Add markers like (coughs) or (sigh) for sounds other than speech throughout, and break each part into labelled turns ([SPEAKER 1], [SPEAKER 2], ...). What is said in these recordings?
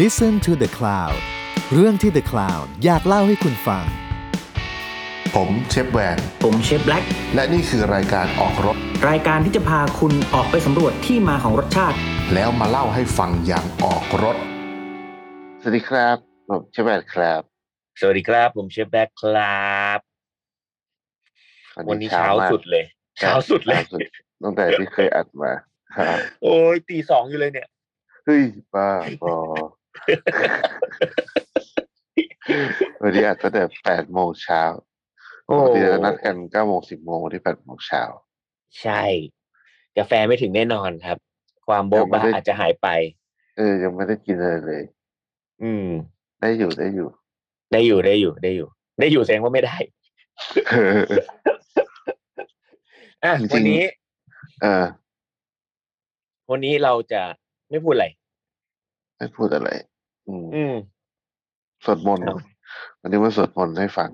[SPEAKER 1] Listen to the Cloud เรื่องที่ The Cloud อยากเล่าให้คุณฟัง
[SPEAKER 2] ผมเชฟแวน
[SPEAKER 3] ผมเชฟแบล็ก
[SPEAKER 2] และนี่คือรายการออกรถ
[SPEAKER 3] รายการที่จะพาคุณออกไปสำรวจที่มาของรสชาติ
[SPEAKER 2] แล้วมาเล่าให้ฟังอย่างออกรถ
[SPEAKER 4] สวัสดีครับ ผมเชฟแบดครับ
[SPEAKER 5] สวัสดีครับ ผมเชฟแบ็คครับ วันนี้เช้าม
[SPEAKER 4] ก
[SPEAKER 5] สุดเลย
[SPEAKER 4] ครั
[SPEAKER 5] เช้า
[SPEAKER 4] บ
[SPEAKER 5] สุดเลย
[SPEAKER 4] ช้าตั้งแต่ (laughs) ที่เคยอัดมาครับ
[SPEAKER 5] โอ้ยตีสองอยู่เลยเนี่ย
[SPEAKER 4] เฮ้ยบ้าบ
[SPEAKER 5] (laughs)
[SPEAKER 4] อวันนี้อัดตั้งแต่แปดโมงเช้าป
[SPEAKER 5] โอ้
[SPEAKER 4] กติเรานัดกันเก้าโมงสิบโมงวันที่แปดโมงเช้า
[SPEAKER 5] ใช่ กาแฟไม่ถึงแน่นอนครับ ความโบ๊ะ
[SPEAKER 4] ยัง
[SPEAKER 5] บ้า
[SPEAKER 4] ไม่ได้
[SPEAKER 5] อาจจะหายไป
[SPEAKER 4] เออยังไม่ได้กินอะไรเลย
[SPEAKER 5] อืม
[SPEAKER 4] ได้อยู่ได้อยู่ (laughs)
[SPEAKER 5] ได้อยู่ได้อยู่ได้อยู่ ได้อยู่แสดงว่าไม่ได้ อ่ะ
[SPEAKER 4] จริงๆ
[SPEAKER 5] วันนี้
[SPEAKER 4] เออ
[SPEAKER 5] วันนี้เราจะไม่พูดอะไร
[SPEAKER 4] ไม่พูดอะไร อืม
[SPEAKER 5] อืม
[SPEAKER 4] สวดมนต์
[SPEAKER 5] ครับ
[SPEAKER 4] วันนี้มาสวดมนต์ให้ฟัง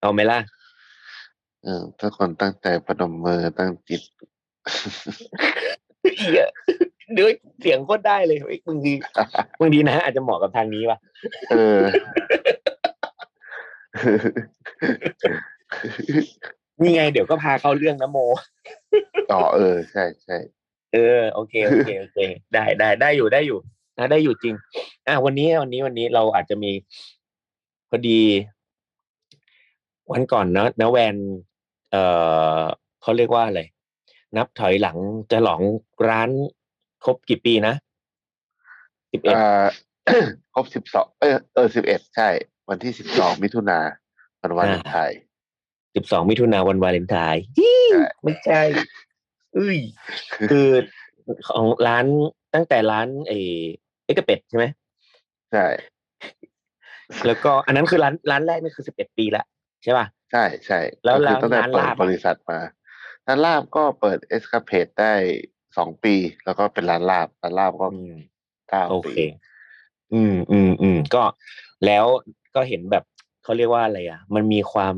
[SPEAKER 5] เอาไหมล่ะ
[SPEAKER 4] เออถ้าคนตั้งใจประนมมือตั้งจิต
[SPEAKER 5] เหี้ยเดี๋ยวเสียงโคตรได้เลยเฮ้ยบางทีบางทีนะอาจจะเหมาะกับทางนี้ว่ะ
[SPEAKER 4] เออ (laughs)
[SPEAKER 5] นี่ไงเดี๋ยวก็พาเข้าเรื่องนะโม
[SPEAKER 4] ต่อเออ ใช่ใช่
[SPEAKER 5] เออโอเคโอเคโอเค ได้ได้ได้อยู่ได้อยู่นะได้อยู่จริง อ่ะวันนี้วันนี้วันนี้เราอาจจะมีพอดี วันก่อนเนอะนะแวน เอ่อเขาเรียกว่าอะไรนับถอยหลังจะหลองร้านครบกี่ปีนะสิบเอ็ด
[SPEAKER 4] อ่า (coughs) ครบสิบสองเออเออสิบเอ็ดใช่ วันที่สิบสองมิถุนาวันวันไทย
[SPEAKER 5] สิบสองมิถุนาวันวาเลนไทน์ฮี่ไม่ใช่เอ้ยคือของร้านตั้งแต่ร้านเออเอกเป็ดใช่ไหม
[SPEAKER 4] ใช่
[SPEAKER 5] แล้วก็อันนั้นคือร้านร้านแรกนี่คือสิบเอ็ดปีละใช่ป่ะ
[SPEAKER 4] ใช่ใช่
[SPEAKER 5] แล้ว
[SPEAKER 4] ก็คือตั้งแต่
[SPEAKER 5] ร้าน
[SPEAKER 4] เปิด
[SPEAKER 5] ลาบอะ
[SPEAKER 4] บริษัทมาร้านลาบก็เปิดเอสคาเพดได้สองปี แล้วก็เป็นร้านลาบร้านลาบก็เก้า
[SPEAKER 5] โอ
[SPEAKER 4] ปี
[SPEAKER 5] เค อืมอืมอืมก็แล้วก็เห็นแบบเขาเรียกว่าอะไรอ่ะ มันมีความ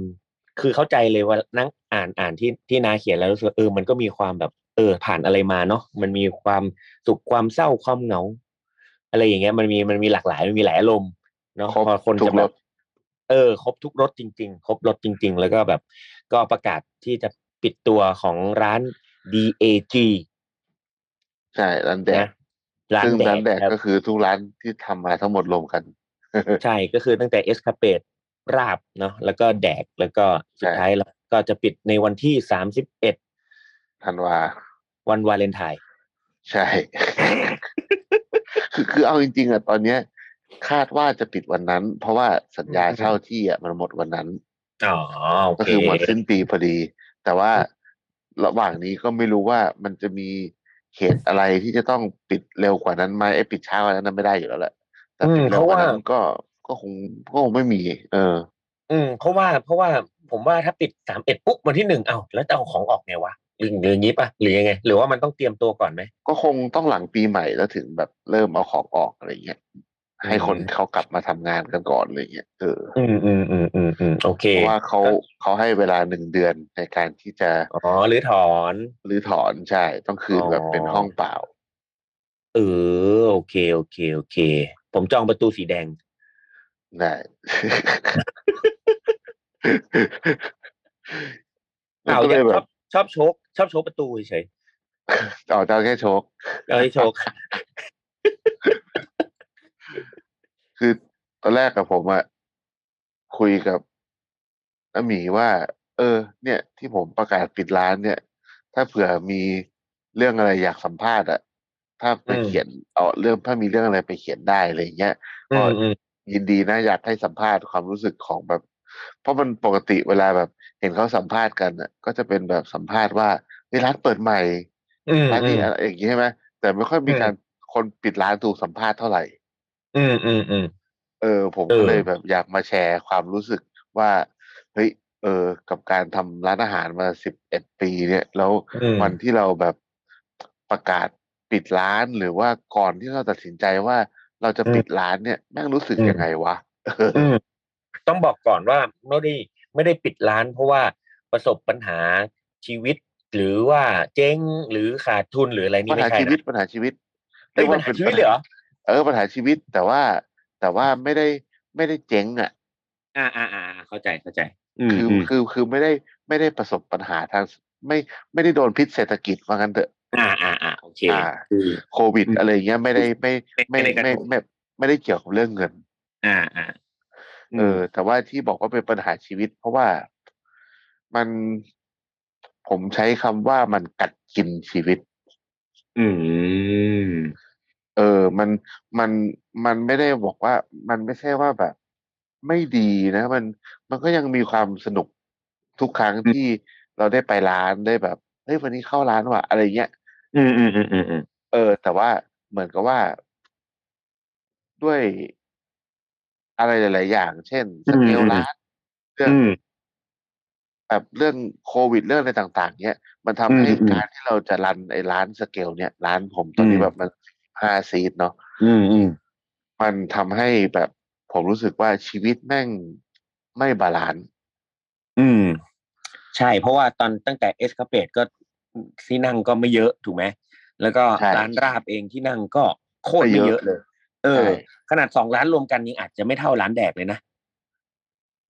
[SPEAKER 5] คือเข้าใจเลยว่านั่งอ่านอ่านที่ที่นาเขียนแล้วรู้สึกว่าเออมันก็มีความแบบ เออ ผ่านอะไรมาเนาะมันมีความสุขความเศร้าความเหงา อะไรอย่างเงี้ยมันมีมันมีหลากหลายมันมีหลายอารมณ์เนาะ
[SPEAKER 4] ครบ
[SPEAKER 5] พอคน
[SPEAKER 4] ทุ
[SPEAKER 5] จะ
[SPEAKER 4] ก
[SPEAKER 5] แบ
[SPEAKER 4] ร
[SPEAKER 5] บ
[SPEAKER 4] ส
[SPEAKER 5] เออครบทุกรสจริง ๆ ครบรสจริง ๆ แล้วก็แบบ ก็ประกาศที่จะปิดตัวของร้าน DAG
[SPEAKER 4] ใช่ร้านแดก
[SPEAKER 5] นะร้าน
[SPEAKER 4] ซึ่ง
[SPEAKER 5] แด
[SPEAKER 4] ร้าน
[SPEAKER 5] ก
[SPEAKER 4] แดก
[SPEAKER 5] ครับ
[SPEAKER 4] ก็คือทุกร้านที่ทำมาทั้งหมดรวมกัน
[SPEAKER 5] ใช่ก็คือตั้งแต่เอสคาเปดราบเนาะแล้วก็แดกแล้วก็สุด
[SPEAKER 4] ใช่
[SPEAKER 5] ท้ายแล้วก็จะปิดในวันที่สามสิบเอ็ด
[SPEAKER 4] ธันวา
[SPEAKER 5] วันวาเลนไทน์
[SPEAKER 4] ใช่ (laughs) คือคือเอาจริงๆอ่ะตอนเนี้ย คาดว่าจะปิดวันนั้น เพราะว่าสัญญา
[SPEAKER 5] อืม
[SPEAKER 4] เช่าที่อ่ะมันหมดวันนั้น
[SPEAKER 5] อ๋อโอ
[SPEAKER 4] ก็
[SPEAKER 5] เค
[SPEAKER 4] คือหมดสิ้นปีพอดี แต่ว่าระหว่างนี้ก็ไม่รู้ว่ามันจะมีเหตุอะไรที่จะต้องปิดเร็วกว่านั้นไหมไอ้ปิดเช้ากว่านั้นนะไม่ได้อยู่แล้วแหละแต่ปิดเร็วกว่านั้นก็ก็คงก็คงไม่มี เออ
[SPEAKER 5] อืมเพราะว่าเพราะว่าผมว่าถ้าปิดสามเอ็ดปุ๊บวันที่หนึ่งเอ้าแล้วจะเอาของออกไงวะหรือหรืออย่างงี้ป่ะหรือยังไง หรือว่ามันต้องเตรียมตัวก่อนไหม
[SPEAKER 4] ก็คงต้องหลังปีใหม่แล้วถึงแบบเริ่มเอาของออกอะไรเงี้ยให้คน
[SPEAKER 5] อืม
[SPEAKER 4] เขากลับมาทำงานกันก่อนอะไรเงี้ยเออ
[SPEAKER 5] อืมอืมอืมอืมอืมโอเค
[SPEAKER 4] เพราะว่าเขาเขาให้เวลาหนึ่งเดือนในการที่จะ
[SPEAKER 5] อ๋อหรือถอน
[SPEAKER 4] รื้อถอนใช่ ต้องคืน
[SPEAKER 5] อ๋อ
[SPEAKER 4] แบบเป็นห้องเปล่า
[SPEAKER 5] เออโอเคโอเคโอเค ผมจองประตูสีแดง
[SPEAKER 4] ได้
[SPEAKER 5] (laughs)
[SPEAKER 4] มัน
[SPEAKER 5] เป
[SPEAKER 4] ก็เล
[SPEAKER 5] ล่า
[SPEAKER 4] ย
[SPEAKER 5] อาย
[SPEAKER 4] แบ
[SPEAKER 5] กชอ
[SPEAKER 4] บบ
[SPEAKER 5] ชอบโชกชอบโชกประตูเฉย
[SPEAKER 4] อ๋อเจ้าแค่โชก
[SPEAKER 5] ๆเอาให้โชก
[SPEAKER 4] คือตอนแรกกับผมอะคุยกับอาหมีว่า เออ เนี่ย ที่ผมประกาศปิดร้านเนี่ย ถ้าเผื่อมีเรื่องอะไรอยากสัมภาษณ์อะถ้าไป
[SPEAKER 5] อืม
[SPEAKER 4] เขียนเอาเรื่องถ้ามีเรื่องอะไรไปเขียนได้อะไรอย่างเงี้ย
[SPEAKER 5] (laughs) อืมอืม
[SPEAKER 4] ยินดีนะอยากให้สัมภาษณ์ความรู้สึกของแบบ เพราะมันปกติเวลาแบบ เห็นเขาสัมภาษณ์กันอ่ะ ก็จะเป็นแบบสัมภาษณ์ว่าในร้านเปิดใหม่
[SPEAKER 5] อืม
[SPEAKER 4] ร้าน
[SPEAKER 5] อื
[SPEAKER 4] นี้
[SPEAKER 5] ม
[SPEAKER 4] อะไรอย่างงี้ใช่ไหมแต่ไม่ค่อยมี
[SPEAKER 5] อืม
[SPEAKER 4] การคนปิดร้านถูกสัมภาษณ์เท่าไหร่
[SPEAKER 5] อืมอืมอืม
[SPEAKER 4] เออ ผม
[SPEAKER 5] เอ
[SPEAKER 4] ก็
[SPEAKER 5] อ
[SPEAKER 4] เลยแบบอยากมาแชร์ความรู้สึกว่าเฮ้ยเออ กับการทำร้านอาหารมาสิบเอ็ดปี เนี่ย แล้ว
[SPEAKER 5] อืม
[SPEAKER 4] วันที่เราแบบประกาศปิดร้านหรือว่าก่อนที่เราตัดสินใจว่าเราจะปิดร้านเนี่ยแม่งรู้สึกยังไงวะ
[SPEAKER 5] อืมต้องบอกก่อนว่าไม่ได้ไม่ได้ปิดร้าน เพราะว่าประสบปัญหาชีวิต หรือว่าเจ๊งหรือขาดทุนหรืออะไร
[SPEAKER 4] ปัญ
[SPEAKER 5] นี่ไม่
[SPEAKER 4] หา
[SPEAKER 5] ใช่
[SPEAKER 4] ชีวิต
[SPEAKER 5] นะ
[SPEAKER 4] ปัญหาชีวิต
[SPEAKER 5] เฮ้ยปัญหาชีวิตเลยเหรอ
[SPEAKER 4] เออปัญหาชีวิตแต่ว่าแต่ว่าไม่ได้ไม่ได้เจ๊งอ่ะ
[SPEAKER 5] อ่าอ่าอ่าเข้าใจเข้าใจ
[SPEAKER 4] คืออ
[SPEAKER 5] ม
[SPEAKER 4] คือคือไม่ได้ไม่ได้ประสบปัญหาทางไม่ไม่ได้โดนพิษเศรษฐกิจว่างั้นเถอะ
[SPEAKER 5] อ่าอ่าอ่าโอเค
[SPEAKER 4] อ่า
[SPEAKER 5] คือ
[SPEAKER 4] โควิด
[SPEAKER 5] อืม
[SPEAKER 4] อะไรเงี้ยไม่ได้ไม่ไม่
[SPEAKER 5] ไม่ได้กระ
[SPEAKER 4] ไม่
[SPEAKER 5] ทบ
[SPEAKER 4] ไม่ไม่ได้เกี่ยวกับเรื่องเงิน
[SPEAKER 5] อ่าอ่า
[SPEAKER 4] เออ แต่ว่าที่บอกว่าเป็นปัญหาชีวิต เพราะว่ามันผมใช้คำว่ามันกัดกินชีวิต
[SPEAKER 5] อืม
[SPEAKER 4] เออ มัน มัน มันไม่ได้บอกว่า มันไม่ใช่ว่าแบบ ไม่ดีนะ มัน มันก็ยังมีความสนุกทุกครั้งที่เราได้ไปร้านได้แบบเฮ้ยวันนี้เข้าร้านว่ะอะไรเงี้ย
[SPEAKER 5] อืมอืมอืมอืมอืม
[SPEAKER 4] เออ แต่ว่าเหมือนกับว่าด้วยอะไรหลาย ๆ อย่าง เช่นสเกลร้าน เรื่อง
[SPEAKER 5] อืม
[SPEAKER 4] แบบเรื่องโควิดเรื่องอะไรต่าง ๆ เนี้ย มันทำ
[SPEAKER 5] อืม
[SPEAKER 4] ให้
[SPEAKER 5] อืม
[SPEAKER 4] การที่เราจะรันไอ้ร้านสเกลเนี้ยร้านผมตอนนี้
[SPEAKER 5] อืม
[SPEAKER 4] แบบมันห้าซีทเนาะ
[SPEAKER 5] อืมอืม
[SPEAKER 4] มันทำให้แบบผมรู้สึกว่าชีวิตแม่งไม่บาลานซ์
[SPEAKER 5] อืม ใช่ เพราะว่าตอนตั้งแต่เอสคาเปดก็ที่นั่งก็ไม่เยอะถูกไหมแล้วก็ร้านราบเองที่นั่งก็โคตรไม่เยอะเลย เออ
[SPEAKER 4] ใช่
[SPEAKER 5] ขนาดสองร้านรวมกันยังอาจจะไม่เท่าร้านแดกเลยนะ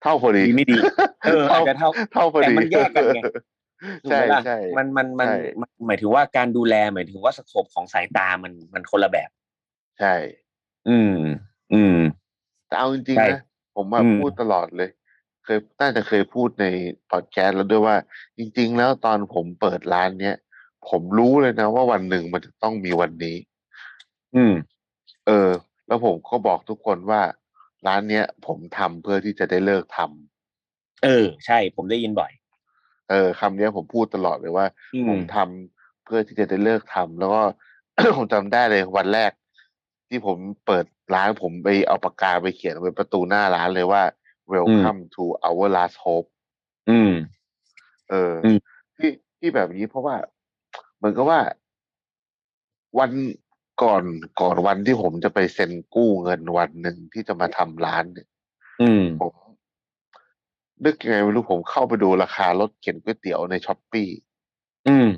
[SPEAKER 4] เท่าพอดี
[SPEAKER 5] ดีไม่
[SPEAKER 4] (laughs)
[SPEAKER 5] ดี เอออาจจะเท่า
[SPEAKER 4] เท่าพอ
[SPEAKER 5] แต่
[SPEAKER 4] ดี
[SPEAKER 5] มันแยกกันไง ถูก
[SPEAKER 4] ใช่
[SPEAKER 5] ไหมล่ะ
[SPEAKER 4] ใช่
[SPEAKER 5] มันมันมัน
[SPEAKER 4] ใช่
[SPEAKER 5] มันหมายถึงว่าการดูแลหมายถึงว่าสโคปของสายตามันมันคนละแบบ
[SPEAKER 4] ใช่
[SPEAKER 5] อืม อืม
[SPEAKER 4] แต่เอาจริง
[SPEAKER 5] ใช่
[SPEAKER 4] ๆนะผมว่า
[SPEAKER 5] อืม
[SPEAKER 4] พูดตลอดเลย เคยน่าจะเคยพูดในพอดแคสต์แล้วด้วยว่า จริง ๆ แล้วตอนผมเปิดร้านเนี้ยผมรู้เลยนะว่าวันหนึ่งมันจะต้องมีวันนี้
[SPEAKER 5] อืม
[SPEAKER 4] เออ แล้วผมก็บอกทุกคนว่าร้านเนี้ย ผมทำเพื่อที่จะได้เลิกทำ
[SPEAKER 5] เออ ใช่ ผมได้ยินบ่อย
[SPEAKER 4] เออคำเนี้ยผมพูดตลอดเลยว่า
[SPEAKER 5] อื
[SPEAKER 4] ผม
[SPEAKER 5] ม
[SPEAKER 4] ทำเพื่อที่จะได้เลิกทำแล้วก็ (coughs) ผมจำได้เลยวันแรก ที่ผมเปิดร้านผมไปเอาปากกาไปเขียนไว้ประตูหน้าร้านเลยว่า welcome to our last hope
[SPEAKER 5] อืม
[SPEAKER 4] เอออ
[SPEAKER 5] ม
[SPEAKER 4] ที่ที่แบบนี้เพราะว่า เหมือนกับว่า วันก่อนก่อนวันที่ผมจะไปเซ็นกู้เงินวันหนึ่งที่จะมาทำร้านเนี่ย
[SPEAKER 5] อืม
[SPEAKER 4] ผมนึกยังไงไม่รู้ผมเข้าไปดูราคารถเข็นก๋วยเตี๋ยวในช้อปปี้
[SPEAKER 5] อืม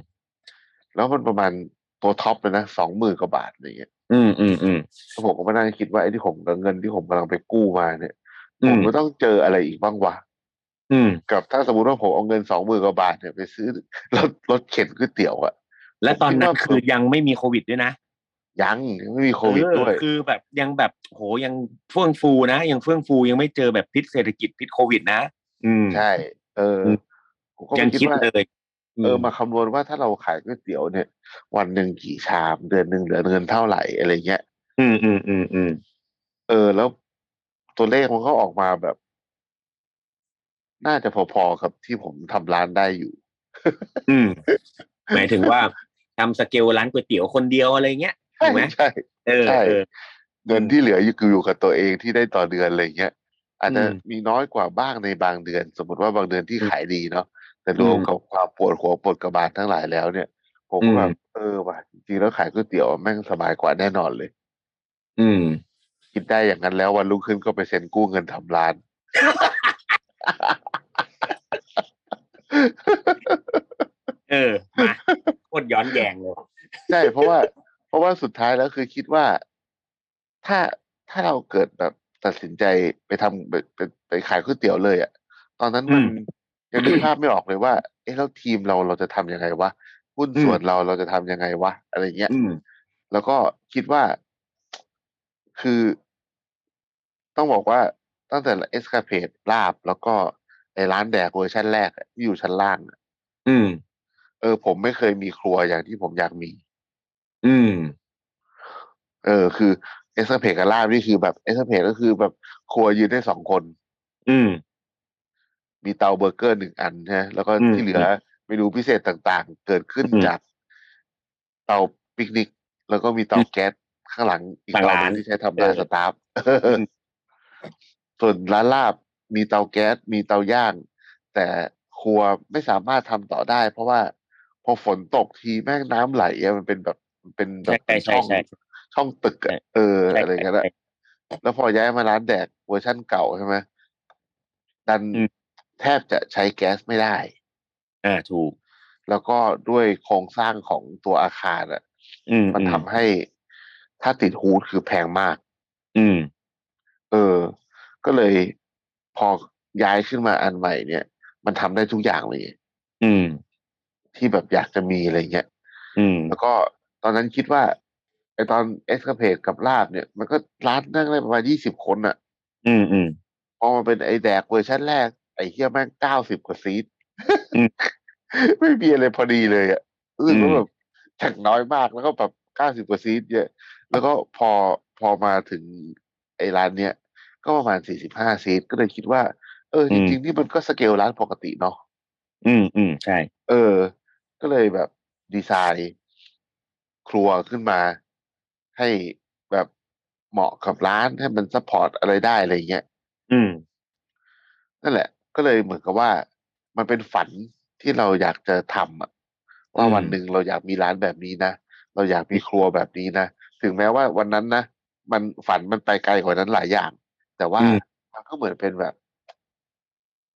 [SPEAKER 4] แล้วมันประมาณตัวท็อปเลยนะสองหมื่นกว่าบาทอะไรเงี้ย
[SPEAKER 5] อืมอืมอืม
[SPEAKER 4] แล้วผมก็มานั่งคิดว่าไอ้ที่ผมเงินที่ผมกำลังไปกู้มาเนี่ย
[SPEAKER 5] อื
[SPEAKER 4] ผม มก็ต้องเจออะไรอีกบ้างวะ
[SPEAKER 5] อืม
[SPEAKER 4] กับถ้าสมมติว่าผมเอาเงินสองหมื่นกว่าบาทเนี่ยไปซื้อ (laughs) รถรถเข็นก๋วยเตี๋ยวอะ
[SPEAKER 5] และตอน
[SPEAKER 4] ผ
[SPEAKER 5] นั้
[SPEAKER 4] มคิด
[SPEAKER 5] น
[SPEAKER 4] ว่า
[SPEAKER 5] คือยังไม่มีโควิดด้วยนะ
[SPEAKER 4] ยังยังไม่มีโควิด
[SPEAKER 5] เออ
[SPEAKER 4] ด้วย
[SPEAKER 5] คือแบบยังแบบโหยังเฟื่องฟูนะยังเฟื่องฟูยังไม่เจอแบบพิษเศรษฐกิจพิษโควิดนะอืม
[SPEAKER 4] ใช่ เอออ
[SPEAKER 5] ม
[SPEAKER 4] ผมก็
[SPEAKER 5] ยัง
[SPEAKER 4] ไม่คิด
[SPEAKER 5] คิด
[SPEAKER 4] ว่า
[SPEAKER 5] เลย
[SPEAKER 4] เออมาคำนวณว่าถ้าเราขายก๋วยเตี๋ยวเนี่ย วันหนึ่งกี่ชาม เดือนหนึ่งเหลือเงินเท่าไหร่อะไรเงี้ย
[SPEAKER 5] อืมอืมอืมอืม
[SPEAKER 4] เออแล้วตัวเลขมันก็ออกมาแบบ น่าจะพอๆกับที่ผมทำร้านได้อยู่
[SPEAKER 5] อื
[SPEAKER 4] (laughs)
[SPEAKER 5] มหมายถึงว่าทำสเกลร้านก๋วยเตี๋ยวคนเดียวอะไรเงี้ย
[SPEAKER 4] ใช่
[SPEAKER 5] ถูกไหม
[SPEAKER 4] ใช่
[SPEAKER 5] เออ
[SPEAKER 4] ใช่
[SPEAKER 5] เออ
[SPEAKER 4] เงินที่เหลืออยู่คืออยู่กับตัวเองที่ได้ต่อเดือนอะไรเงี้ยอาจจะ
[SPEAKER 5] อืม
[SPEAKER 4] มีน้อยกว่าบ้างในบางเดือน สมมติว่าบางเดือนที่
[SPEAKER 5] อืม
[SPEAKER 4] ขายดีเนาะแต่รวม
[SPEAKER 5] อืม
[SPEAKER 4] กับความปวดหัวปวดกระบาลทั้งหลายแล้วเนี่ย ผมก็แบบ
[SPEAKER 5] อืม
[SPEAKER 4] เออว่ะจริงๆแล้วขายก๋วยเตี๋ยวแม่งสบายกว่าแน่นอนเลย
[SPEAKER 5] อืม
[SPEAKER 4] คิดได้อย่างนั้นแล้ววันรุ่งขึ้นก็ไปเซ็นกู้เงินทำร้าน
[SPEAKER 5] เออมา
[SPEAKER 4] (laughs)
[SPEAKER 5] โคตรย้อนแยงเลย
[SPEAKER 4] ใช่เพราะว่า เพราะว่าสุดท้ายแล้วคือคิดว่าถ้าถ้าเราเกิดแบบตัดสินใจไปทำไปไปไปขายก๋วยเตี๋ยวเลยอะ่ะ ตอนนั้นมันยังนึกภาพไม่ออกเลยว่า เอ๊ะแล้วทีมเราเราจะทำยังไงวะหุ้นส่วนเราเราจะทำยังไงวะอะไรเงี้ย
[SPEAKER 5] อืม
[SPEAKER 4] แล้วก็คิดว่า คือ ต้องบอกว่าตั้งแต่เอสคาเพดลาบ แล้วก็ไอ้ร้านแดกเวอร์ชันแรกอะที่อยู่ชั้นล่างอะ
[SPEAKER 5] อืม
[SPEAKER 4] เออผมไม่เคยมีครัวอย่างที่ผมอยากมี
[SPEAKER 5] อืม
[SPEAKER 4] เออคือเอสเพกกับลาบนี่คือแบบเอสเพกก็คือแบบครัวยืนได้สองคน
[SPEAKER 5] อืม
[SPEAKER 4] มีเตาเบอร์เกอร์หนึ่งอันนะแล้วก็
[SPEAKER 5] อืม
[SPEAKER 4] ที่เหลือเมนูพิเศษต่างๆ เกิดขึ้น
[SPEAKER 5] อืม
[SPEAKER 4] จากเตาปิกนิก แล้วก็มีเตาแก๊สข้างหลังอีก
[SPEAKER 5] หลั
[SPEAKER 4] เตา
[SPEAKER 5] ง
[SPEAKER 4] ห
[SPEAKER 5] ร้า
[SPEAKER 4] นึ่ง
[SPEAKER 5] น
[SPEAKER 4] ที่ใช้ทำ
[SPEAKER 5] เอ
[SPEAKER 4] ร้า
[SPEAKER 5] อน
[SPEAKER 4] สตาร์ฟ (laughs)
[SPEAKER 5] อืม
[SPEAKER 4] ส่วนร้านลาบมีเตาแก๊สมีเตาย่าง แต่ครัวไม่สามารถทำต่อได้ เพราะว่าพอฝนตกทีแม่งน้ำไหลอะมันเป็นแบบมันเป็นแบ
[SPEAKER 5] ใช่
[SPEAKER 4] บเป็น
[SPEAKER 5] ใช่
[SPEAKER 4] ช่อง
[SPEAKER 5] ใช่
[SPEAKER 4] ช่องตึก
[SPEAKER 5] ใช่
[SPEAKER 4] อะเออ
[SPEAKER 5] ใช่
[SPEAKER 4] อะไรอย่างเงี้ยนะ
[SPEAKER 5] ใช่
[SPEAKER 4] แล้วพอย้ายมาร้านแดกเวอร์ชั่นเก่าใช่ไหมดัน
[SPEAKER 5] อืม
[SPEAKER 4] แทบจะใช้แก๊สไม่ได้
[SPEAKER 5] อ่าถูก
[SPEAKER 4] แล้วก็ด้วยโครงสร้างของตัวอาคารอะ
[SPEAKER 5] อืม
[SPEAKER 4] มัน
[SPEAKER 5] อื
[SPEAKER 4] ทำให้ ถ้าติดฮูดคือแพงมาก
[SPEAKER 5] อืม
[SPEAKER 4] เออ ก็เลยพอย้ายขึ้นมาอันใหม่เนี่ย มันทำได้ทุกอย่างเลย
[SPEAKER 5] อืม
[SPEAKER 4] ที่แบบอยากจะมีอะไรเงี้ย
[SPEAKER 5] อืม
[SPEAKER 4] แล้วก็ตอนนั้นคิดว่าไอตอนเอ็กซ์เพดกับลาบเนี่ย มันก็ร้านนั่งได้ประมาณยี่สิบคนอะ
[SPEAKER 5] อืมอืม
[SPEAKER 4] พอมาเป็นไอแดกเวอร์ชันแรก ไอเฮียแม่งเก้าสิบกว่าซีท
[SPEAKER 5] อืม
[SPEAKER 4] (laughs) ไม่มีอะไรพอดีเลยอะรู้สึกว่าแบบแข่งน้อยมากแล้วก็แบบเก้าสิบกว่าซีทเยอะ แล้วก็พอพอมาถึงไอร้านเนี้ยก็ประมาณสี่สิบห้าซีทก็เลยคิดว่า เออ จริงๆนี่มันก็สเกลร้านปกติเนาะ
[SPEAKER 5] อืมอืมใช่
[SPEAKER 4] เออ ก็เลยแบบดีไซน์ครัวขึ้นมา ให้แบบเหมาะกับร้านให้มันซัพพอร์ตอะไรได้อะไรเงี้ย
[SPEAKER 5] อืม
[SPEAKER 4] นั่นแหละ ก็เลยเหมือนกับว่า มันเป็นฝันที่เราอยากจะทำอะว่า
[SPEAKER 5] อืม
[SPEAKER 4] วันหนึ่งเราอยากมีร้านแบบนี้นะเราอยากมีครัวแบบนี้นะถึงแม้ว่าวันนั้นนะมันฝันมันไปไกลกว่านั้นหลายอย่าง แต่ว่ามันก็เหมือนเป็นแบบ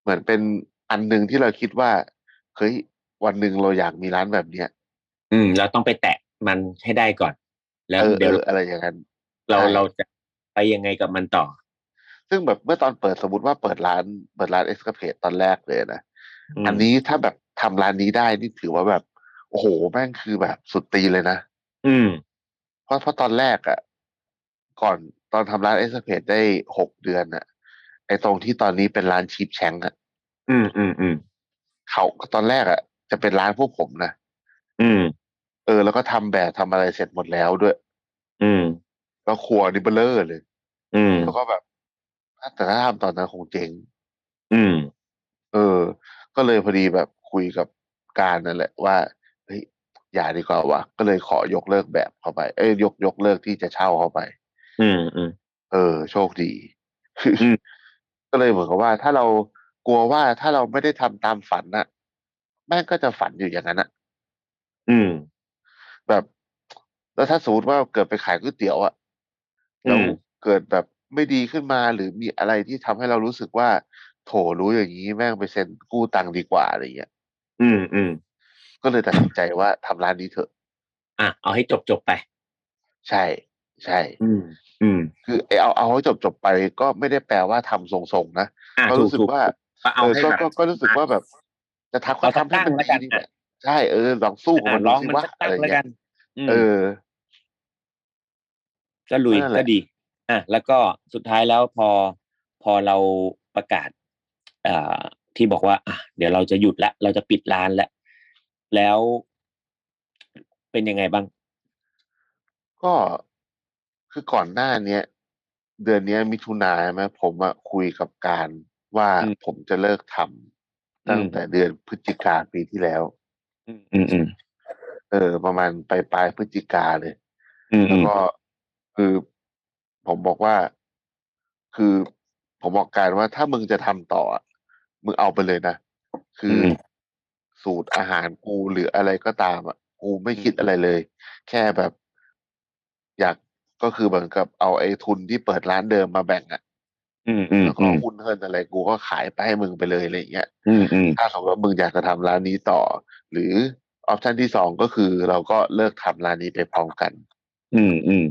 [SPEAKER 4] เหมือนเป็นอันหนึ่งที่เราคิดว่าเฮ้ยวันหนึ่งเราอยากมีร้านแบบเนี้ย
[SPEAKER 5] อืม เราต้องไปแตะมันให้ได้ก่อน แล้ว
[SPEAKER 4] เออ
[SPEAKER 5] เดี๋ยว
[SPEAKER 4] เอออะไรอย่างนั้น
[SPEAKER 5] เรา
[SPEAKER 4] ใช่
[SPEAKER 5] เราจะไปยังไงกับมันต่อ
[SPEAKER 4] ซึ่งแบบเมื่อตอนเปิดสมมติว่าเปิดร้านเปิดร้านเอ็กซ์เพดตอนแรกเลยนะ
[SPEAKER 5] อั
[SPEAKER 4] อันนี้ถ้าแบบทำร้านนี้ได้นี่ถือว่าแบบ โอ้โห แม่งคือแบบสุดตีนเลยนะ
[SPEAKER 5] อืม
[SPEAKER 4] เพราะเพราะตอนแรกอะ่ะ ก่อนตอนทำร้านเอ็กซ์เพดได้หกเดือนอะ่ะ ไอตรงที่ตอนนี้เป็นร้านชีพแชงอะ่ะ
[SPEAKER 5] อืมอืมอืม
[SPEAKER 4] เขาตอนแรกอะ่ะ จะเป็นร้านพวกผมนะ
[SPEAKER 5] อืม
[SPEAKER 4] เออแล้วก็ทำแบบทำอะไรเสร็จหมดแล้วด้วย
[SPEAKER 5] อืม
[SPEAKER 4] แล้วครัวนี่เบลเลอร์เลย
[SPEAKER 5] อืม
[SPEAKER 4] แล้วก็แบบแต่ถ้าทำตอนนั้นคงเจ๊ง
[SPEAKER 5] อืม
[SPEAKER 4] เออ ก็เลยพอดีแบบคุยกับการนั่นแหละว่าเฮ้ยอย่าดีกว่าวะก็เลยขอยกเลิกแบบเข้าไป เอ้ยยกยกเลิกที่จะเช่าเข้าไป
[SPEAKER 5] อืมอืม
[SPEAKER 4] เออ โชคดี (laughs)
[SPEAKER 5] อืม
[SPEAKER 4] ก็เลยเหมือนกับว่า ถ้าเรากลัวว่าถ้าเราไม่ได้ทำตามฝันน่ะแม่งก็จะฝันอยู่อย่างนั้นน่ะ
[SPEAKER 5] อืม
[SPEAKER 4] แบบ แล้วถ้าสมมติว่าเกิดไปขายก๋วยเตี๋ยวอะ
[SPEAKER 5] อืม
[SPEAKER 4] แล้วเกิดแบบไม่ดีขึ้นมาหรือมีอะไรที่ทำให้เรารู้สึกว่า โถรู้อย่างนี้แม่งไปเซ็นกู้ตังค์ดีกว่าอะไรอย่างเงี้ย
[SPEAKER 5] อืมอืม
[SPEAKER 4] ก็เลยตัดสินใจว่าทำร้านนี้เถอะ
[SPEAKER 5] อ่ะเอาให้จบจบๆไป
[SPEAKER 4] ใช่ ใช่
[SPEAKER 5] อืม อืม
[SPEAKER 4] คือไอ้เอาเอาให้จบจบไปก็ไม่ได้แปลว่าทำทรงๆนะ
[SPEAKER 5] อ่ะ
[SPEAKER 4] ก็
[SPEAKER 5] ถูก
[SPEAKER 4] รู้สึก
[SPEAKER 5] ถูก
[SPEAKER 4] ว่า
[SPEAKER 5] ก็เอา
[SPEAKER 4] เออ
[SPEAKER 5] ให้
[SPEAKER 4] ก็
[SPEAKER 5] แบบ
[SPEAKER 4] ก็ก็รู้สึกว่าแบบ จะทักว่าทำให้มันดีนี่แหละใช่เออลองสู้กับ
[SPEAKER 5] อ่ะ
[SPEAKER 4] มัน
[SPEAKER 5] ล
[SPEAKER 4] ดู
[SPEAKER 5] อง
[SPEAKER 4] สิ
[SPEAKER 5] มัน
[SPEAKER 4] ว่า
[SPEAKER 5] สัก
[SPEAKER 4] อะ
[SPEAKER 5] ตั้ง
[SPEAKER 4] ไร
[SPEAKER 5] แล้
[SPEAKER 4] เงี้
[SPEAKER 5] วกั
[SPEAKER 4] ย
[SPEAKER 5] นอืม
[SPEAKER 4] เออ
[SPEAKER 5] ก็ลุย
[SPEAKER 4] นั่นแห
[SPEAKER 5] ก็
[SPEAKER 4] ละ
[SPEAKER 5] ดี อ่ะแล้วก็สุดท้ายแล้วพอพอเราประกาศเอ่อที่บอกว่าอ่ะเดี๋ยวเราจะหยุดละเราจะปิดร้านละแล้วเป็นยังไงบ้าง
[SPEAKER 4] ก็คือก่อนหน้าเนี้ย เดือนเนี้ยมิถุนาใช่ไหมผมอะคุยกับการว่า
[SPEAKER 5] อืม
[SPEAKER 4] ผมจะเลิกทำตั้ง
[SPEAKER 5] อืม
[SPEAKER 4] แต่เดือนพฤศจิกาปีที่แล้ว
[SPEAKER 5] อืมอืมอืม
[SPEAKER 4] เออ ประมาณปลายปลายๆพฤศจิกาเลย
[SPEAKER 5] อืม
[SPEAKER 4] แล้วก็คือผมบอกว่าคือผมบอกการว่าถ้ามึงจะทำต่ออะมึงเอาไปเลยนะ คืออสูตรอาหารกูหรืออะไรก็ตามอ่ะกูไม่คิดอะไรเลย แค่แบบ อยากก็คือเหมือนกับเอาไอ้ทุนที่เปิดร้านเดิมมาแบ่งอ่ะ
[SPEAKER 5] อืมอืม
[SPEAKER 4] แล้วก็
[SPEAKER 5] อืม
[SPEAKER 4] หุ้นเฮิร์นอะไร กูก็ขายไปให้มึงไปเลยอะไรอย่างเงี้ย
[SPEAKER 5] อืมอืม
[SPEAKER 4] ถ้าสมมติว่ามึงอยากจะทำร้านนี้ต่อ หรือออปชันที่สองก็คือ เราก็เลิกทำร้านนี้ไปพร้อมกัน
[SPEAKER 5] อืมอืม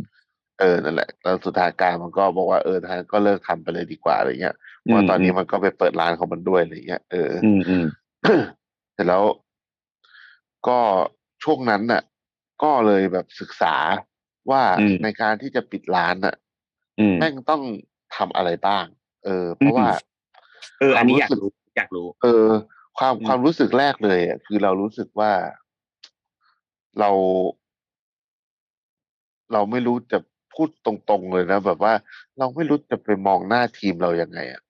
[SPEAKER 4] เออนั่นแหละแล้วสุดท้ายการมันก็บอกว่าเออทางนก็เลิกทำไปเลยดีกว่าอะไรเงี้ยเพราะว่าตอนนี้มันก็ไปเปิดร้านของมันด้วยอะไรเงี้ยเออ
[SPEAKER 5] อืมอืม
[SPEAKER 4] (coughs) เสร็จแล้วก็ช่วงนั้นน่ะ ก็เลยแบบศึกษาว่าในการที่จะปิดร้านน่ะ
[SPEAKER 5] อืม
[SPEAKER 4] แม่งต้องทำอะไรบ้าง เออ เพราะว่า
[SPEAKER 5] เออ อันนี้อยาก
[SPEAKER 4] ความรู้สึ
[SPEAKER 5] รู้
[SPEAKER 4] ก
[SPEAKER 5] อยากรู้
[SPEAKER 4] เออ ความ
[SPEAKER 5] อืม
[SPEAKER 4] ความรู้สึกแรกเลยอ่ะคือเรารู้สึกว่าเรา เราไม่รู้จะพูดตรงๆเลยนะแบบว่าเราไม่รู้จะไปมองหน้าทีมเรายังไงอะ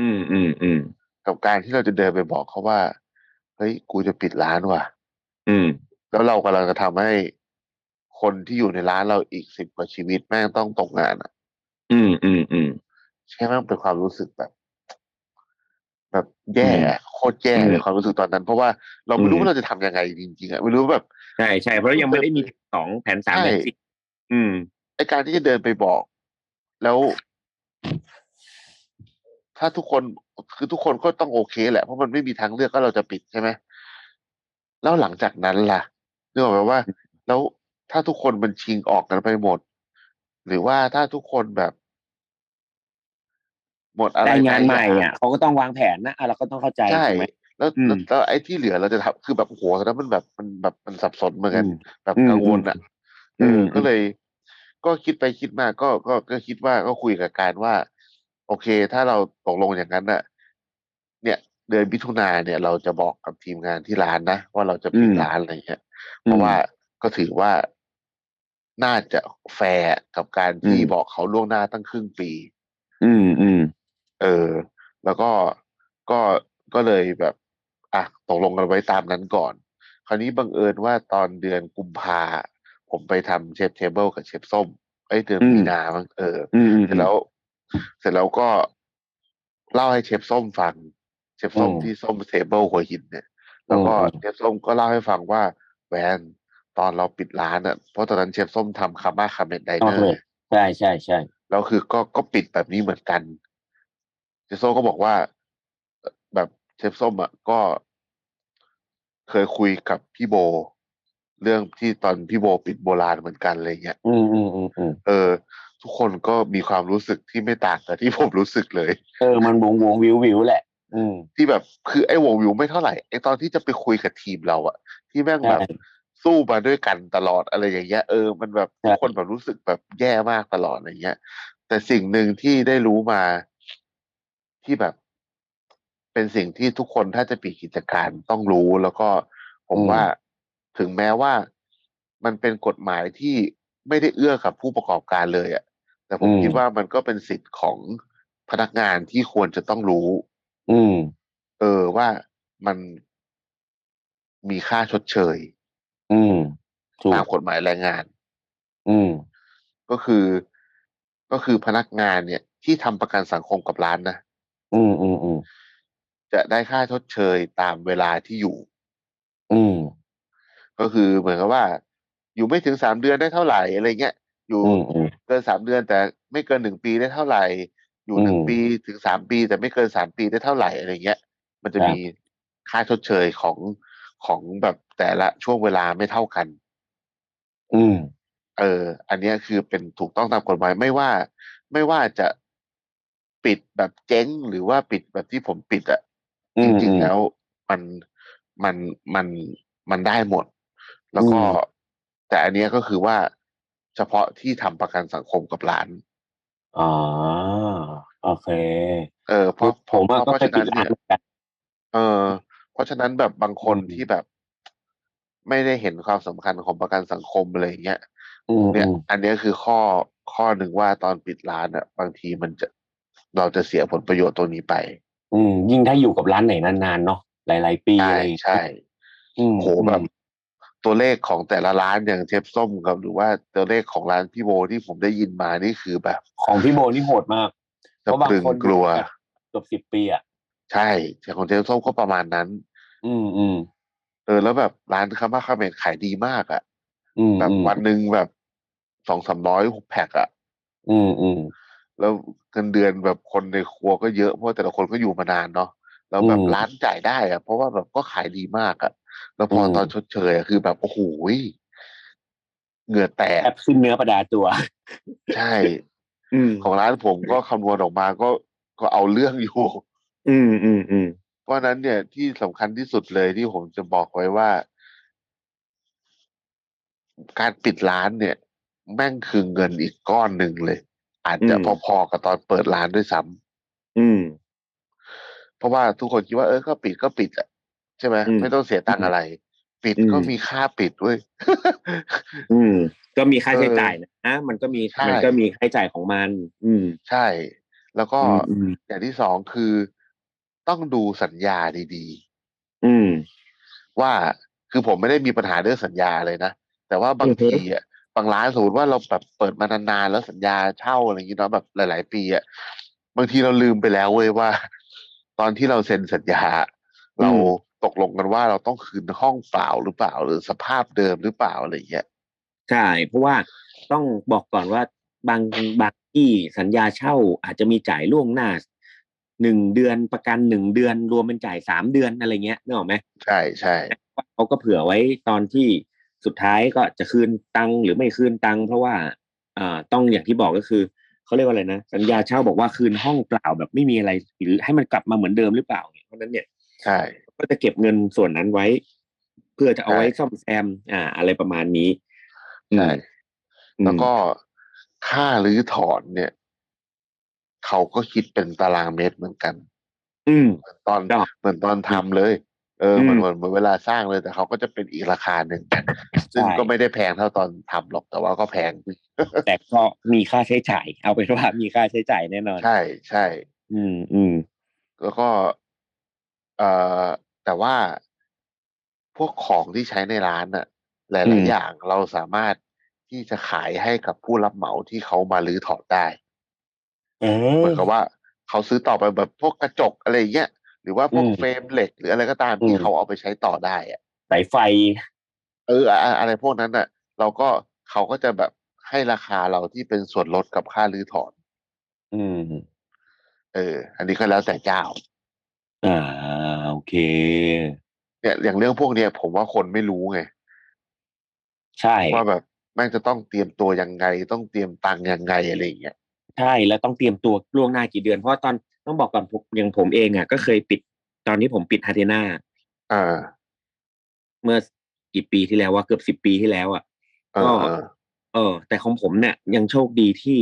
[SPEAKER 5] อืมอืมอืม
[SPEAKER 4] กับการที่เราจะเดินไปบอกเขาว่า เฮ้ยกูจะปิดร้านว่ะ
[SPEAKER 5] อืม
[SPEAKER 4] แล้วเรากำลังจะทำให้คนที่อยู่ในร้านเราอีกสิบกว่าชีวิตแม่งต้องตกงานอะ
[SPEAKER 5] อืมอืมอืม
[SPEAKER 4] ใช่แม่งเป็นความรู้สึกแบบ แบบแย่อะโคตรแย่เล
[SPEAKER 5] อื
[SPEAKER 4] ย
[SPEAKER 5] ม
[SPEAKER 4] ความรู้สึกตอนนั้น เพราะว่าเราไม่รู้
[SPEAKER 5] อืม
[SPEAKER 4] ว่าเราจะทำยังไงจริงๆอะไม่รู้ว่าแบบ
[SPEAKER 5] ใช่ใช่เพราะยังไม่ได้มีแผนสองแผนสาม
[SPEAKER 4] ใช่
[SPEAKER 5] แผนสี่อืม
[SPEAKER 4] ไอการที่จะเดินไปบอก แล้ว ถ้าทุกคนคือทุกคนก็ต้องโอเคแหละเพราะมันไม่มีทางเลือกก็เราจะปิดใช่ไหมแล้วหลังจากนั้นล่ะนึกออกไหมว่า แล้วถ้าทุกคนมันชิงออกกันไปหมด หรือว่าถ้าทุกคนแบบ หมดอะไร
[SPEAKER 5] ได้งานใหม่
[SPEAKER 4] ใจยาก
[SPEAKER 5] อ่ะเขาก็ต้องวางแผนนะอ่ะเราก็ต้องเข้าใจ
[SPEAKER 4] ใช่
[SPEAKER 5] ถูกไหม
[SPEAKER 4] แล้ว
[SPEAKER 5] อืม
[SPEAKER 4] แล้วแล้วไอ้ที่เหลือเราจะทำคือแบบโอ้โหตอนนั้นมันแบบมันแบบมันสับสนเหมือนกัน
[SPEAKER 5] อืม
[SPEAKER 4] แบบ
[SPEAKER 5] อืม
[SPEAKER 4] กังวลอ่ะ
[SPEAKER 5] อื
[SPEAKER 4] เอ
[SPEAKER 5] ม
[SPEAKER 4] ออ
[SPEAKER 5] ม
[SPEAKER 4] ก็เลย ก็คิดไปคิดมาก็ก็ก็คิดว่าก็คุยกับการว่า โอเค ถ้าเราตกลงอย่างนั้นน่ะ เนี่ย เดือนมิถุนาเนี่ย เราจะบอกกับทีมงานที่ร้านนะว่าเราจะปิดร้านอะไรอย่างเงี้ยเพราะว่าก็ถือว่าน่าจะแฟร์กับการที่
[SPEAKER 5] อืม
[SPEAKER 4] บอกเขาล่วงหน้าตั้งครึ่งปี
[SPEAKER 5] อืมอืม
[SPEAKER 4] เออ แล้วก็ก็ก็เลยแบบอ่ะตกลงกันไว้ตามนั้นก่อน คราวนี้บังเอิญว่าตอนเดือนกุมภาผมไปทำเชฟเทเบิลกับเชฟส้มไอ้ยเดือน
[SPEAKER 5] อืม
[SPEAKER 4] มีนามั้งเออ
[SPEAKER 5] อืมอืม
[SPEAKER 4] เสร็จแล้ว เสร็จแล้วก็เล่าให้เชฟส้มฟัง เชฟส้ม
[SPEAKER 5] อืม
[SPEAKER 4] ที่ส้มเทเบิลหัวหินเนี่ย แล้วก็
[SPEAKER 5] อืม
[SPEAKER 4] เชฟส้มก็เล่าให้ฟังว่าแวนตอนเราปิดร้านอ่ะเพราะตอนนั้นเชฟส้มทำคาม่าคาเมดได
[SPEAKER 5] ต้อ
[SPEAKER 4] เน
[SPEAKER 5] ง
[SPEAKER 4] อ
[SPEAKER 5] เลย
[SPEAKER 4] ร์
[SPEAKER 5] ใช่ใช่ใช่
[SPEAKER 4] แล้วคือก็ก็ปิดแบบนี้เหมือนกัน เชฟส้มก็บอกว่าเอ่อแบบเชฟส้มอ่ะก็ เคยคุยกับพี่โบ เรื่องที่ตอนพี่โบปิดโบราณเหมือนกันอะไรเงี้ย
[SPEAKER 5] อืมอืมอืมอืม
[SPEAKER 4] เออ ทุกคนก็มีความรู้สึกที่ไม่ต่างกับที่ผมรู้สึกเลย
[SPEAKER 5] เออมันวงวงวิววิวแหละ อืม
[SPEAKER 4] ที่แบบคือไอ้วงวิวไม่เท่าไหร่ไอ้ตอนที่จะไปคุยกับทีมเราอะที่แม่งแบบ
[SPEAKER 5] ใช่
[SPEAKER 4] สู้มาด้วยกันตลอดอะไรอย่างเงี้ยเออมันแบบ
[SPEAKER 5] ใช่
[SPEAKER 4] ทุกคนแบบรู้สึกแบบแย่มากตลอดอะไรเงี้ย แต่สิ่งหนึ่งที่ได้รู้มาที่แบบ เป็นสิ่งที่ทุกคนถ้าจะปิดกิจการต้องรู้แล้วก็ผมว่าถึงแม้ว่ามันเป็นกฎหมายที่ไม่ได้เอื้อกับผู้ประกอบการเลยอะแต่ผม
[SPEAKER 5] อืม
[SPEAKER 4] คิดว่ามันก็เป็นสิทธิ์ของพนักงานที่ควรจะต้องรู้
[SPEAKER 5] อืม
[SPEAKER 4] เออว่ามันมีค่าชดเชย
[SPEAKER 5] อืมถูก
[SPEAKER 4] ตามกฎหมายแรงงาน
[SPEAKER 5] อืม
[SPEAKER 4] ก็คือ ก็คือพนักงานเนี่ยที่ทำประกันสังคมกับร้านนะ
[SPEAKER 5] อืมอืมอืม
[SPEAKER 4] จะได้ค่าชดเชยตามเวลาที่อยู่
[SPEAKER 5] อืม
[SPEAKER 4] ก็คือเหมือนกับว่า อยู่ไม่ถึงสามเดือนได้เท่าไหร่อะไรเงี้ยอยู่
[SPEAKER 5] อืมอืม
[SPEAKER 4] เกินสามเดือนแต่ไม่เกินหนึ่งปีได้เท่าไหร่ อยู่หนึ่ง
[SPEAKER 5] อืม
[SPEAKER 4] ปีถึงสามปี แต่ไม่เกินสามปีได้เท่าไหร่อะไรเงี้ย มันจะ
[SPEAKER 5] ครับ
[SPEAKER 4] มีค่าชดเชยของของแบบแต่ละช่วงเวลาไม่เท่ากัน
[SPEAKER 5] อืม
[SPEAKER 4] เออ อันเนี้ยคือเป็นถูกต้องตามกฎหมายไม่ว่า ไม่ว่าจะปิดแบบเจ๊งหรือว่าปิดแบบที่ผมปิดอะ
[SPEAKER 5] อื
[SPEAKER 4] จ
[SPEAKER 5] ม
[SPEAKER 4] ริง
[SPEAKER 5] อืม
[SPEAKER 4] ๆแล้วมันมันมันมันได้หมด แล้วก็
[SPEAKER 5] อืม
[SPEAKER 4] แต่อันเนี้ยก็คือว่าเฉพาะที่ทำประกันสังคมกับหลาน
[SPEAKER 5] อ๋อโอเค
[SPEAKER 4] เออ เพราะเพ
[SPEAKER 5] ผ
[SPEAKER 4] ราะ
[SPEAKER 5] มว่า
[SPEAKER 4] เพ
[SPEAKER 5] ก็
[SPEAKER 4] ราะ
[SPEAKER 5] เคย
[SPEAKER 4] ฉะ
[SPEAKER 5] ปิ
[SPEAKER 4] นั้
[SPEAKER 5] ด
[SPEAKER 4] น
[SPEAKER 5] ร้าน
[SPEAKER 4] เนี่ย
[SPEAKER 5] เหมือนกัน
[SPEAKER 4] เออเพราะฉะนั้นแบบบางคน
[SPEAKER 5] อืม
[SPEAKER 4] ที่แบบ ไม่ได้เห็นความสำคัญของประกันสังคมอะไรอย่างเงี้ย
[SPEAKER 5] อืม
[SPEAKER 4] เนี่ย
[SPEAKER 5] อืม
[SPEAKER 4] อันเนี้ยคือข้อข้อหนึ่งว่าตอนปิดร้านอ่ะ บางทีมันจะเราจะเสียผลประโยชน์ตรงนี้ไป
[SPEAKER 5] อืมยิ่งถ้าอยู่กับร้านไหนนานๆเนาะหลาย ๆ ปี
[SPEAKER 4] ใช่
[SPEAKER 5] อะไรอย่างเงี้ย
[SPEAKER 4] ใช่
[SPEAKER 5] อืม
[SPEAKER 4] โหแบบตัวเลขของแต่ละร้านอย่างเชฟส้มกับหรือว่าตัวเลขของร้านพี่โบที่ผมได้ยินมานี่คือแบบ
[SPEAKER 5] ของพี่โบนี่โหดมาก เพ
[SPEAKER 4] จะ
[SPEAKER 5] ราะบาง
[SPEAKER 4] ตรึง
[SPEAKER 5] คน
[SPEAKER 4] กลัว
[SPEAKER 5] เกือบสิบปีอ่ะ
[SPEAKER 4] ใช่แต่ของเชฟส้มก็ประมาณนั้น
[SPEAKER 5] อืมอืม
[SPEAKER 4] เออ แล้วแบบร้านคาม่าคาเมนขายดีมากอ่ะ
[SPEAKER 5] อืม
[SPEAKER 4] แบบ
[SPEAKER 5] อืม
[SPEAKER 4] วันหนึ่งแบบสองสามร้อยหกแพ็คอ่ะ
[SPEAKER 5] อืมอืม
[SPEAKER 4] แล้วเงินเดือนแบบคนในครัวก็เยอะเพราะแต่ละคนก็อยู่มานานเนาะแล้วแบบ
[SPEAKER 5] อืม
[SPEAKER 4] ร้านจ่ายได้อะเพราะว่าแบบก็ขายดีมากอะแล้วพออ
[SPEAKER 5] ม
[SPEAKER 4] ตอนชดเชยอะคือแบบโอ้โหยเหงื่อแตก
[SPEAKER 5] แอบสิ้นเนื้อประดาตัว
[SPEAKER 4] ใช่
[SPEAKER 5] อืม
[SPEAKER 4] ของร้านผมก็คำนวณออกมาก็ก็เอาเรื่อง (laughs) อยู่
[SPEAKER 5] อืมอืมอืม
[SPEAKER 4] เพราะฉะนั้นเนี่ยที่สำคัญที่สุดเลยที่ผมจะบอกไว้ว่า การปิดร้านเนี่ย แม่งคือเงินอีกก้อนหนึ่งเลย อาจจะพอๆกับตอนเปิดร้านด้วยซ้ำ
[SPEAKER 5] อืม
[SPEAKER 4] เพราะว่าทุกคนคิดว่าเออก็ปิดก็ปิดอะใช่ไหม
[SPEAKER 5] อืม
[SPEAKER 4] ไม่ต้องเสียตัง
[SPEAKER 5] อื
[SPEAKER 4] ค์
[SPEAKER 5] ม
[SPEAKER 4] อะไร ปิด
[SPEAKER 5] อืม
[SPEAKER 4] ก็มีค่าปิดเว้ย (laughs)
[SPEAKER 5] อืมก็มีค่าใช้
[SPEAKER 4] เออ
[SPEAKER 5] จ่ายนะอ่ะมันก็มี
[SPEAKER 4] ใช่
[SPEAKER 5] มันก็มีค่าใช้จ่ายของมัน อืม
[SPEAKER 4] ใช่ แล้วก็
[SPEAKER 5] อืม
[SPEAKER 4] อย่างที่สองคือต้องดูสัญญาดี
[SPEAKER 5] อืม
[SPEAKER 4] ๆ ว่าคือผมไม่ได้มีปัญหาเรื่องสัญญาเลยนะ แต่ว่าบางทีอ่ะบางร้านสมมติว่าเราแบบเปิดมานานๆแล้วสัญญาเช่าอะไรอย่างงี้เนาะแบบหลาย ๆ ปีอ่ะบางทีเราลืมไปแล้วเว้ยว่า ตอนที่เราเซ็นสัญญา เรา
[SPEAKER 5] อืม
[SPEAKER 4] ตกลงกันว่าเราต้องคืนห้องเปล่าหรือเปล่า หรือสภาพเดิมหรือเปล่าอะไรอย่างเงี้ย
[SPEAKER 5] ใช่ เพราะว่าต้องบอกก่อนว่าบางบางที่สัญญาเช่าอาจจะมีจ่ายล่วงหน้าหนึ่งเดือนประกันหนึ่งเดือน รวมเป็นจ่ายสามเดือนอะไรเงี้ยนึกออกไหม
[SPEAKER 4] ใช่ใช่
[SPEAKER 5] ว่าเขาก็เผื่อไว้ตอนที่สุดท้ายก็จะคืนตังค์หรือไม่คืนตังค์เพราะว่า อ่าต้องอย่างที่บอกก็คือเขาเรียกว่าอะไรนะ สัญญาเช่าบอกว่าคืนห้องเปล่าแบบไม่มีอะไร หรือให้มันกลับมาเหมือนเดิมหรือเปล่าเนี่ยเพราะฉะนั้นเนี่ย
[SPEAKER 4] ใช่
[SPEAKER 5] ก็จะเก็บเงินส่วนนั้นไว้ เพื่อจะเอาไว้ซ่อมแซม อ่า อะไรประมาณนี้
[SPEAKER 4] ใช่
[SPEAKER 5] อืม
[SPEAKER 4] แล้วก็ค่ารื้อถอนเนี่ย เขาก็คิดเป็นตารางเมตรเหมือนกัน
[SPEAKER 5] อืม
[SPEAKER 4] ตอน
[SPEAKER 5] ครับ
[SPEAKER 4] เหมือนตอนทำเลย เอออ
[SPEAKER 5] ม
[SPEAKER 4] เหมือนเหมือนเหมือนเวลาสร้างเลยแต่เขาก็จะเป็นอีกราคาหนึ่ง (laughs) ซึ่ง
[SPEAKER 5] ใช่
[SPEAKER 4] ก็ไม่ได้แพงเท่าตอนทำหรอกแต่ว่าก็แพง
[SPEAKER 5] แต่ก็มีค่าใช้จ่าย เอาเป็นว่ามีค่าใช้จ่ายแน่นอน
[SPEAKER 4] ใช่ใช่
[SPEAKER 5] อืมอืม
[SPEAKER 4] แล้วก็เอ่อแต่ว่าพวกของที่ใช้ในร้านน่ะ ห
[SPEAKER 5] อื
[SPEAKER 4] ลาย
[SPEAKER 5] ม
[SPEAKER 4] ๆอย่างเราสามารถที่จะขายให้กับผู้รับเหมาที่เขามารื้อถอดได้
[SPEAKER 5] เอ
[SPEAKER 4] เหมือ
[SPEAKER 5] อ
[SPEAKER 4] นกับว่าเขาซื้อต่อไปแบบพวกกระจกอะไรอย่างเงี้ยหรือว่าพวก
[SPEAKER 5] อืม
[SPEAKER 4] เฟรมเหล็ก หรืออะไรก็ตามที่
[SPEAKER 5] อืม
[SPEAKER 4] เขาเอาไปใช้ต่อได้อะ
[SPEAKER 5] สายไฟ
[SPEAKER 4] เอออะอะไรพวกนั้นอ่ะ เราก็เขาก็จะแบบให้ราคาเราที่เป็นส่วนลดกับค่ารื้อถอน
[SPEAKER 5] อืม
[SPEAKER 4] เออ อันนี้ก็แล้วแต่เจ้า
[SPEAKER 5] อ่า โอเค
[SPEAKER 4] เนี่ยอย่างเรื่องพวกเนี้ยผมว่าคนไม่รู้ไง
[SPEAKER 5] ใช่
[SPEAKER 4] ว่าแบบแม่งจะต้องเตรียมตัวยังไง ต้องเตรียมตังค์ยังไงอะไรอย่างเงี้ย
[SPEAKER 5] ใช่ แล้วต้องเตรียมตัวล่วงหน้ากี่เดือน เพราะว่าตอนต้องบอกก่อนผมอย่างผมเองอ่ะ ก็เคยปิด ตอนนี้ผมปิดฮาเทนา
[SPEAKER 4] อ่า
[SPEAKER 5] เมื่อกี่ปีที่แล้วว่าเกือบสิบปีที่แล้วอ่ะ
[SPEAKER 4] เออเออ
[SPEAKER 5] เออแต่ของผมเนี่ยยังโชคดีที่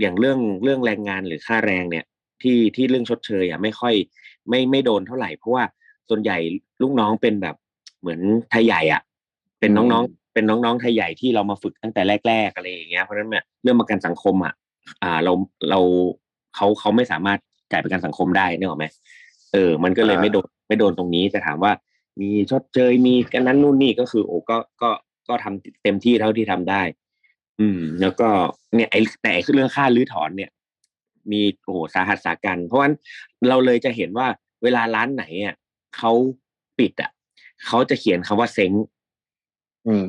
[SPEAKER 5] อย่างเรื่องเรื่องแรงงานหรือค่าแรงเนี่ย ที่ที่เรื่องชดเชยอ่ะไม่ค่อยไม่ไม่โดนเท่าไหร่ เพราะว่าส่วนใหญ่ลูกน้องเป็นแบบเหมือนไทยใหญ่อ่ะ เป็น
[SPEAKER 4] อืม
[SPEAKER 5] น้องๆเป็นน้องๆไทยใหญ่ที่เรามาฝึกตั้งแต่แรก ๆอะไรอย่างเงี้ยเพราะฉะนั้นเนี่ยเรื่องประกันสังคมอ่ะ อ่าเราเราเขาเขาไม่สามารถจ่ายประกันสังคมได้นึกออกไหมเออ มันก็เลยไม่โดนไม่โดนตรงนี้แต่ถามว่า มีชดเชยมีกันนั้นนู่นนี่ก็คือ โอ้ก็ก็ก็ทำเต็มที่เท่าที่ทำได้ อืม แล้วก็เนี่ยไอ้แต่ไอ้เรื่องค่ารื้อถอนเนี่ย มีโอ้โหสาหัสสากัน เพราะฉะนั้นเราเลยจะเห็นว่าเวลาร้านไหนอ่ะเขาปิดอ่ะเขาจะเขียนคำว่าเซ้ง
[SPEAKER 4] อืม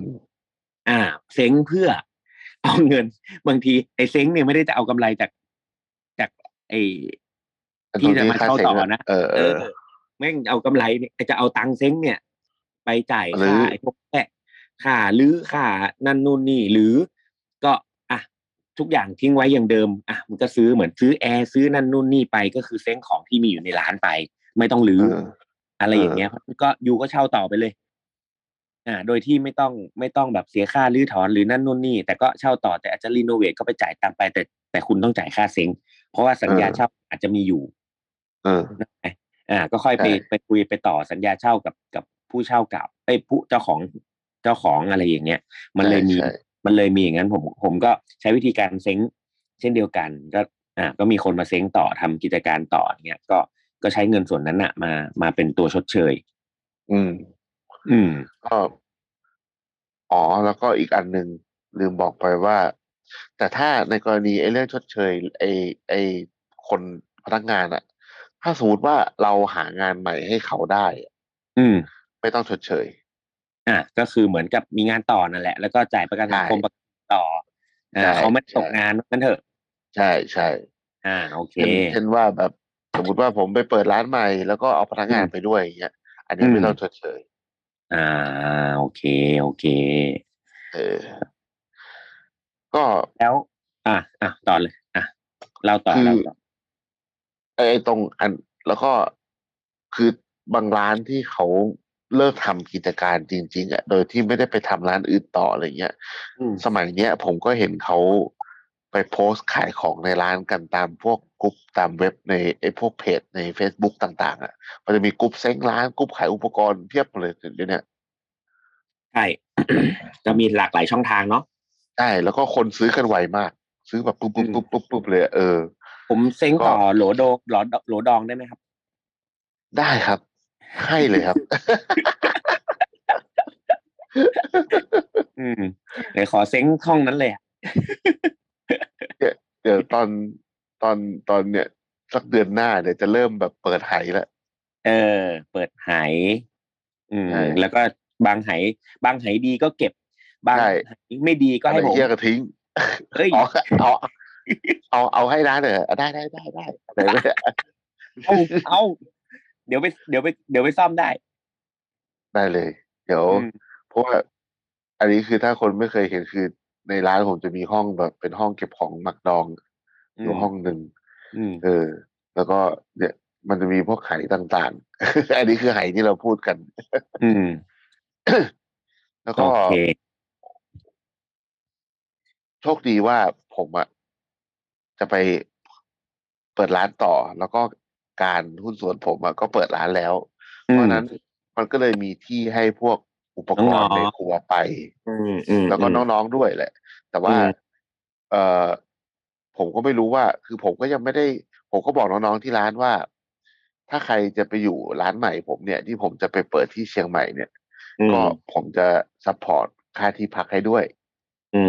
[SPEAKER 5] อ่าเซ้งเพื่อ (laughs) เอาเงิน บางทีไอ้เซ้งเนี่ยไม่ได้จะเอากำไรจากจากไอ้
[SPEAKER 4] อัน
[SPEAKER 5] ที่จะมา
[SPEAKER 4] ตรงนี้ค่า
[SPEAKER 5] เช่า
[SPEAKER 4] เซ้ง
[SPEAKER 5] ต่อ
[SPEAKER 4] อะ
[SPEAKER 5] นะ
[SPEAKER 4] เออเออ
[SPEAKER 5] แม่งเอากำไรเนี่ยจะเอาตังค์เซ้งเนี่ย ไปจ่าย
[SPEAKER 4] หรื
[SPEAKER 5] ค่า
[SPEAKER 4] อ
[SPEAKER 5] ไอ้พวกแพะค่าลื้อค่านั่นนู่นนี่ หรือก็อ่ะทุกอย่างทิ้งไว้อย่างเดิมอ่ะมันก็ซื้อเหมือนซื้อแอร์ซื้อนั่นนู่นนี่ไปก็คือเซ้งของที่มีอยู่ในร้านไป ไม่ต้องรื้อ
[SPEAKER 4] เออ
[SPEAKER 5] อะไรอย่างเงี้ยก็ยูก็เช่าต่อไปเลย อ่า โดยที่ไม่ต้องไม่ต้องแบบเสียค่ารื้อถอนหรือนั่นนู่นนี่แต่ก็เช่าต่อแต่อาจจะรีโนเวทก็ไปจ่ายตังค์ไปแต่แต่คุณต้องจ่ายค่าเซ้งเพราะว่าสัญญา
[SPEAKER 4] เออ
[SPEAKER 5] เช่าอาจจะมีอยู่
[SPEAKER 4] เออ
[SPEAKER 5] อ่า ก็ค่อยไป
[SPEAKER 4] ใช่
[SPEAKER 5] ไปคุยไปต่อสัญญาเช่ากับกับผู้เช่าเก่าไอ้ยผู้เจ้าของเจ้าของอะไรอย่างเงี้ย มันเลยมี
[SPEAKER 4] ใช่
[SPEAKER 5] มันเลยมีอย่างนั้นผมผมก็ใช้วิธีการเซ้งเช่นเดียวกัน ก็อ่าก็มีคนมาเซ้งต่อทำกิจการต่ออย่างเงี้ยก็ก็ใช้เงินส่วนนั้นอะมามาเป็นตัวชดเชย
[SPEAKER 4] อืม
[SPEAKER 5] อืม
[SPEAKER 4] ก็อ๋อแล้วก็อีกอันหนึ่งลืมบอกไปว่า แต่ถ้าในกรณีไอ้เรื่องชดเชยไอ้ไอ้คนพนักงานอะถ้าสมมติว่าเราหางานใหม่ให้เขาได้อะ
[SPEAKER 5] อืม
[SPEAKER 4] ไม่ต้องชดเชย
[SPEAKER 5] อ่ะก็คือเหมือนกับมีงานต่อนั่นแหละ แล้วก็จ่ายประกันสังคม
[SPEAKER 4] ใช่
[SPEAKER 5] ประกันต่ออ่า
[SPEAKER 4] ใช่
[SPEAKER 5] เขาไม่ตก
[SPEAKER 4] ใช่
[SPEAKER 5] งานนั่นเถอะ
[SPEAKER 4] ใช่ใช่
[SPEAKER 5] อ่า โอเค
[SPEAKER 4] เช่นเช่นว่าแบบสมมติว่าผมไปเปิดร้านใหม่ แล้วก็เอาพนักงานไปด้วยอย่างเงี้ยอันเนี้ย
[SPEAKER 5] อืม
[SPEAKER 4] ไม่ต้องชดเชย
[SPEAKER 5] อ่า โอเค โอเค
[SPEAKER 4] เออ ก็
[SPEAKER 5] แล้ว อ่ะอ่ะต่อเลย อ่ะเล่าต่อ
[SPEAKER 4] คือ
[SPEAKER 5] เล่าต่อ
[SPEAKER 4] ไอ้ตรงอัน แล้วก็คือบางร้านที่เขาเลิกทำกิจการจริง ๆอ่ะโดยที่ไม่ได้ไปทำร้านอื่นต่ออะไรเงี้ย
[SPEAKER 5] อืม
[SPEAKER 4] สมัยเนี้ยผมก็เห็นเขาไปโพสต์ขายของในร้านกันตามพวกกรุ๊ปตามเว็บในไอ้พวกเพจใน Facebook ต่างๆ อ่ะ มันจะมีกรุ๊ปเซ้งร้านกรุ๊ปขายอุปกรณ์เพียบเลยเดี๋ยวเนี้ย
[SPEAKER 5] ใช่ (coughs) จะมีหลากหลายช่องทางเนาะ
[SPEAKER 4] ใช่แล้วก็คนซื้อกันไวมาก ซื้อแบบปุ๊บปุ๊บปุ๊บปุ๊บปุ๊บเลยอะเออ
[SPEAKER 5] ผมเซ็งต่อ
[SPEAKER 4] ก็
[SPEAKER 5] โหลโดโหลโหลดองได้ไหมครับ
[SPEAKER 4] ได้ครับ ให้เลยครับ
[SPEAKER 5] อืมเดี๋ยวขอเซ็งห้องนั้นเลยอะ
[SPEAKER 4] เดี๋ยวตอนตอนตอนเนี่ยสักเดือนหน้าเดี๋ยวจะเริ่มแบบเปิดไหแล้ว
[SPEAKER 5] เออ เปิดไหายอืม
[SPEAKER 4] ใช่
[SPEAKER 5] แล้วก็บางไหบางไหดีก็เก็บ บางไหไม่ดีก็
[SPEAKER 4] อะไร
[SPEAKER 5] ให้ผม
[SPEAKER 4] เยี่ยก็ทิ้ง
[SPEAKER 5] เอ้ย
[SPEAKER 4] อ๋อเอาเอาเอาให้ร้านเลยอะได้ได้ได้ได้อะไรไม่
[SPEAKER 5] (laughs)
[SPEAKER 4] ได้
[SPEAKER 5] เอาเอาเดี๋ยวไป เดี๋ยวไป เดี๋ยวไปซ่อมได้
[SPEAKER 4] ได้เลย เดี๋ยว
[SPEAKER 5] อืม
[SPEAKER 4] เพราะว่า อันนี้คือถ้าคนไม่เคยเห็นคือ ในร้านผมจะมีห้องแบบ เป็นห้องเก็บของหมักดองอยู่ห้องหนึ่ง
[SPEAKER 5] อืม
[SPEAKER 4] เออ แล้วก็เนี่ยมันจะมีพวกไหต่างๆ (laughs) อันนี้คือไหที่เราพูดกัน
[SPEAKER 5] อืม
[SPEAKER 4] แล้ว
[SPEAKER 5] โอ
[SPEAKER 4] ก็
[SPEAKER 5] เค
[SPEAKER 4] โชคดีว่าผมอะจะไปเปิดร้านต่อ แล้วก็การหุ้นส่วนผมอะก็เปิดร้านแล้ว
[SPEAKER 5] อื
[SPEAKER 4] เพ
[SPEAKER 5] ม
[SPEAKER 4] ราะฉะนั้นมันก็เลยมีที่ให้พวกอุปกรณ์
[SPEAKER 5] น้องๆ
[SPEAKER 4] ในครัวไป
[SPEAKER 5] อืมอืม
[SPEAKER 4] แล้วก็น้องๆด้วยแหละ แต่ว่า
[SPEAKER 5] อืม
[SPEAKER 4] เออผมก็ไม่รู้ว่า คือผมก็ยังไม่ได้ ผมก็บอกน้องๆที่ร้านว่า ถ้าใครจะไปอยู่ร้านใหม่ผมเนี่ย ที่ผมจะไปเปิดที่เชียงใหม่เนี่ย
[SPEAKER 5] อืม
[SPEAKER 4] ก็ผมจะซัพพอร์ตค่าที่พักให้ด้วย
[SPEAKER 5] อื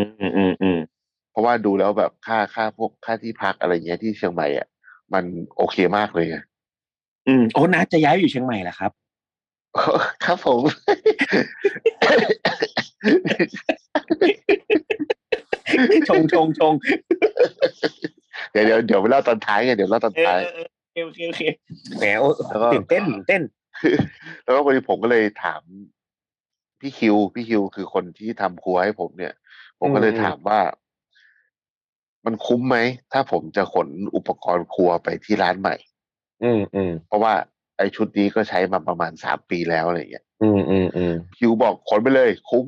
[SPEAKER 5] มอืมอืมอืม
[SPEAKER 4] เพราะว่าดูแล้วแบบค่าค่าพวกค่าที่พักอะไรเงี้ยที่เชียงใหม่อ่ะมันโอเคมากเลยไง
[SPEAKER 5] อืมโอ้นัทจะย้ายไปอยู่เชียงใหม่เหรอครับ
[SPEAKER 4] (laughs)
[SPEAKER 5] (laughs)
[SPEAKER 4] ครับผม (laughs)
[SPEAKER 5] ชงชงชง
[SPEAKER 4] เดี๋ยวเดี๋ยวเดี๋ยวไปเล่าตอนท้ายไงเดี๋ยวเล่าตอน
[SPEAKER 5] เออ
[SPEAKER 4] ท้าย
[SPEAKER 5] เออเออโอเคโอเคแหมโอ้
[SPEAKER 4] แล้วก็
[SPEAKER 5] ตื่นเต้นตื่นเต้น
[SPEAKER 4] แล้วก็พอดีผมก็เลยถามพี่คิว พี่คิวคือคนที่ทำครัวให้ผมเนี่ย ผมก็เลย
[SPEAKER 5] อืม
[SPEAKER 4] ถามว่า มันคุ้มไหม ถ้าผมจะขนอุปกรณ์ครัวไปที่ร้านใหม่
[SPEAKER 5] อืมอืม
[SPEAKER 4] เพราะว่าไอชุดนี้ก็ใช้มาประมาณสามปีแล้วอะไรเงี้ย
[SPEAKER 5] อืมอืมอืม
[SPEAKER 4] คิวบอกขนไปเลย คุ้ม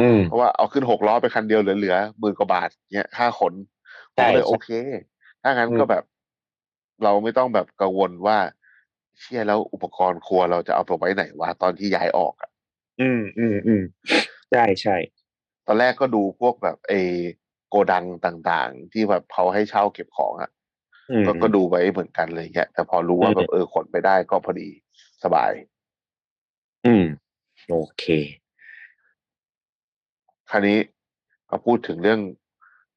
[SPEAKER 5] อืม
[SPEAKER 4] เพราะว่าเอาขึ้นหกล้อไปคันเดียวเหลือๆหมื่นกว่าบาทเนี่ยค่าขนผม
[SPEAKER 5] ใช่
[SPEAKER 4] ก็เลย
[SPEAKER 5] ใช่
[SPEAKER 4] โอเค ถ้างั้น
[SPEAKER 5] อืม
[SPEAKER 4] ก็แบบ เราไม่ต้องแบบกังวลว่า เชี่ยแล้วอุปกรณ์ครัวเราจะเอาไปไว้ไหนวะตอนที่ย้ายออกอะ
[SPEAKER 5] อืมอืมอืมใช่ใช่
[SPEAKER 4] ตอนแรกก็ดูพวกแบบไอ้โกดังต่างๆ ที่แบบเขาให้เช่าเก็บของอะ
[SPEAKER 5] อืม
[SPEAKER 4] ก็ก็ดูไว้เหมือนกันเลยเนี่ยแต่พอรู้ว่า
[SPEAKER 5] อืม
[SPEAKER 4] แบบเออขนไปได้ก็พอดีสบาย
[SPEAKER 5] อืมโอเค
[SPEAKER 4] คราวนี้มาพูดถึงเรื่อง